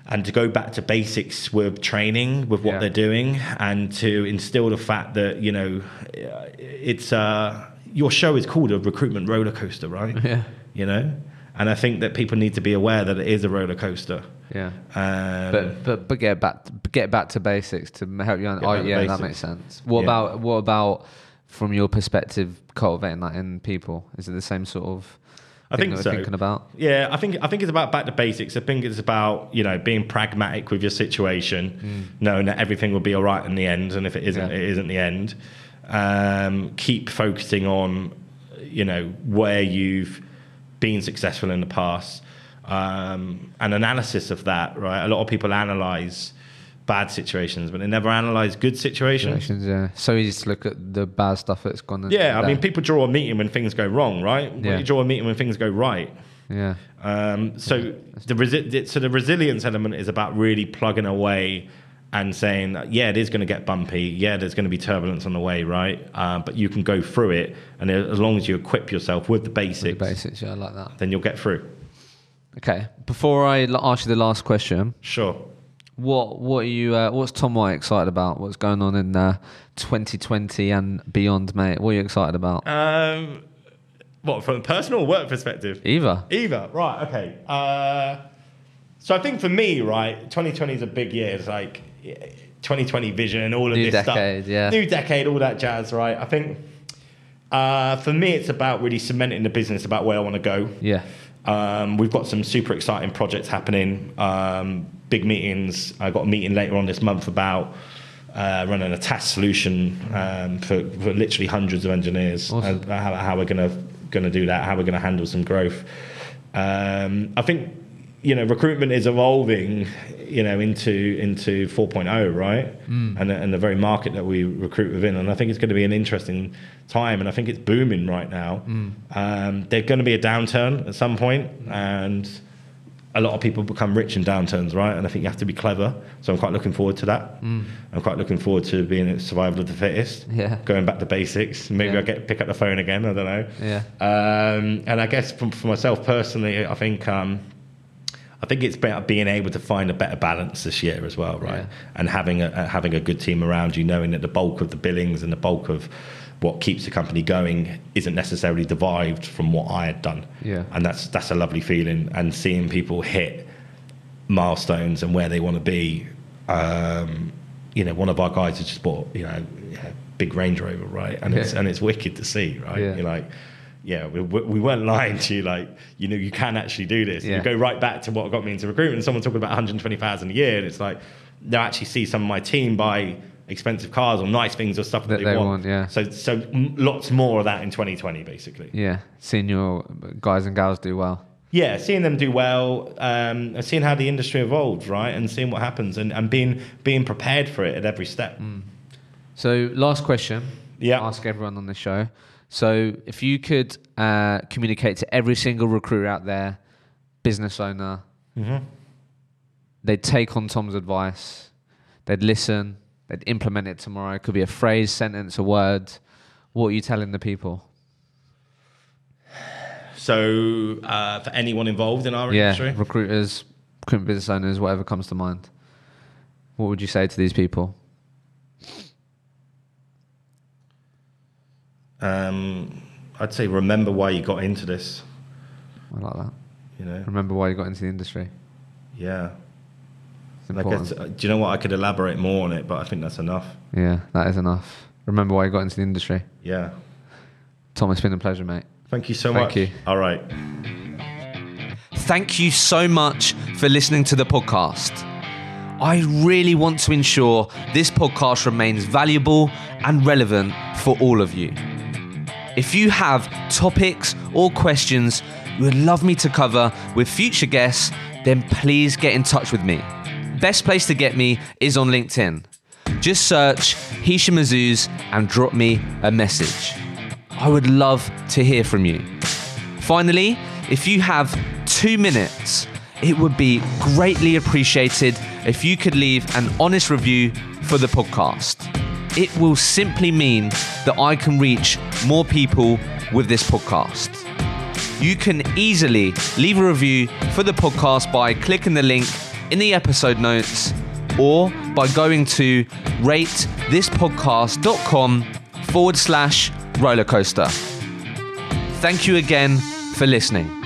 B: and to go back to basics with training with what
A: Yeah.
B: they're doing and to instill the fact that you know it's uh your show is called a recruitment roller coaster right
A: Yeah.
B: you know and i think that people need to be aware that it is a roller coaster
A: Yeah.
B: um,
A: But but but get back get back to basics to m- help you. Un-
B: Get
A: oh
B: back to
A: yeah, that
B: basics.
A: makes sense. What
B: Yeah.
A: about what about from your perspective cultivating that in people? Is it the same sort of?
B: I
A: thing
B: think
A: that we're
B: so.
A: Thinking about
B: Yeah, I think I think it's about back to basics. I think it's about you know being pragmatic with your situation, knowing that everything will be all right in the end, and if it isn't,
A: Mm. Yeah.
B: it isn't the end. Um, keep focusing on you know where you've been successful in the past, um, an analysis of that. Right, a lot of people analyze bad situations, but they never analyze good situations.
A: situations, yeah. So easy to look at the bad stuff that's gone.
B: Yeah, I
A: there.
B: mean, people draw a meeting when things go wrong, right?
A: Yeah.
B: Well, you draw a meeting when things go right.
A: yeah,
B: Um, so the resi- so the resilience element is about really plugging away and saying, yeah, it is going to get bumpy. Yeah, there's going to be turbulence on the way, right? Uh, but you can go through it, and as long as you equip yourself with the basics,
A: the basics. Yeah, I like that.
B: then you'll get through.
A: Okay, before I l- ask you the last question,
B: Sure.
A: what what are you? Uh, what's Tom White excited about? What's going on in uh, 2020 and beyond, mate? What are you excited about?
B: Um, what from a personal or work perspective?
A: Either.
B: Either, right, okay. Uh, so I think for me, right, 2020 is a big year. It's like yeah, 2020 vision, all of
A: New
B: this
A: decade,
B: stuff.
A: yeah.
B: New decade, all that jazz, right? I think uh, for me, it's about really cementing the business about where I want to go.
A: Yeah.
B: Um, we've got some super exciting projects happening, um, big meetings. I got a meeting later on this month about uh, running a task solution um, for, for literally hundreds of engineers.
A: Awesome.
B: and How, how we're gonna gonna do that? How we're gonna handle some growth? Um, I think you know recruitment is evolving, you know, into into 4.0, right?
A: Mm.
B: And the- and the very market that we recruit within, and I think it's going to be an interesting time, and I think it's booming right now.
A: Mm.
B: Um, there's going to be a downturn at some point, and a lot of people become rich in downturns, right? And I think you have to be clever. So I'm quite looking forward to that. I'm quite looking forward to being a survival of the fittest.
A: Mm. Yeah.
B: Going back to basics. Maybe
A: Yeah.
B: I get pick up the phone again. I don't know.
A: Yeah.
B: Um, and I guess from, for myself personally, I think um, I think it's about being able to find a better balance this year as well, right?
A: Yeah.
B: And having a, a- having a good team around you, knowing that the bulk of the billings and the bulk of what keeps the company going isn't necessarily derived from what I had done.
A: Yeah.
B: And that's that's a lovely feeling. And seeing people hit milestones and where they want to be. Um, you know, one of our guys has just bought, you know, a big Range Rover, right? And it's
A: Yeah.
B: and it's wicked to see, right?
A: Yeah.
B: You're like, yeah, we, we we weren't lying to you. Like, you know, you can actually do this.
A: Yeah.
B: You go right back to what got me into recruitment. Someone talking about 120,000 a year, and it's like they actually see some of my team buy expensive cars or nice things or stuff
A: That
B: that, they,
A: they
B: want.
A: want, yeah.
B: So, so m- lots more of that in 2020, basically.
A: Yeah, seeing your guys and gals do well.
B: yeah, seeing them do well, um, and seeing how the industry evolves, right, and seeing what happens, and, and being being prepared for it at every step.
A: Mm. So, last question.
B: Yeah.
A: Ask everyone on the show. So, if you could uh, communicate to every single recruiter out there, business owner,
B: Mm-hmm.
A: they'd take on Tom's advice, they'd listen, they'd implement it tomorrow. It could be a phrase, sentence, a word. What are you telling the people?
B: So uh, for anyone involved in our
A: yeah,
B: industry,
A: recruiters, recruitment business owners, whatever comes to mind. What would you say to these people?
B: um, I'd say remember why you got into this.
A: I like that.
B: You know,
A: Remember why you got into the industry.
B: yeah.
A: It's
B: Like,
A: important.
B: it's- uh, do you know what? I could elaborate more on it, but I think that's enough.
A: yeah, that is enough. Remember why you got into the industry.
B: Yeah.
A: Tom, it's been a pleasure, mate.
B: Thank you so
A: Thank
B: much.
A: you.
B: All right.
A: Thank you so much for listening to the podcast. I really want to ensure this podcast remains valuable and relevant for all of you. If you have topics or questions you would love me to cover with future guests, then please get in touch with me. Best place to get me is on LinkedIn. Just search Hisham Azuz and drop me a message. I would love to hear from you. Finally, if you have two minutes, it would be greatly appreciated if you could leave an honest review for the podcast. It will simply mean that I can reach more people with this podcast. You can easily leave a review for the podcast by clicking the link in the episode notes or by going to ratethispodcast.com forward slash rollercoaster. Thank you again for listening.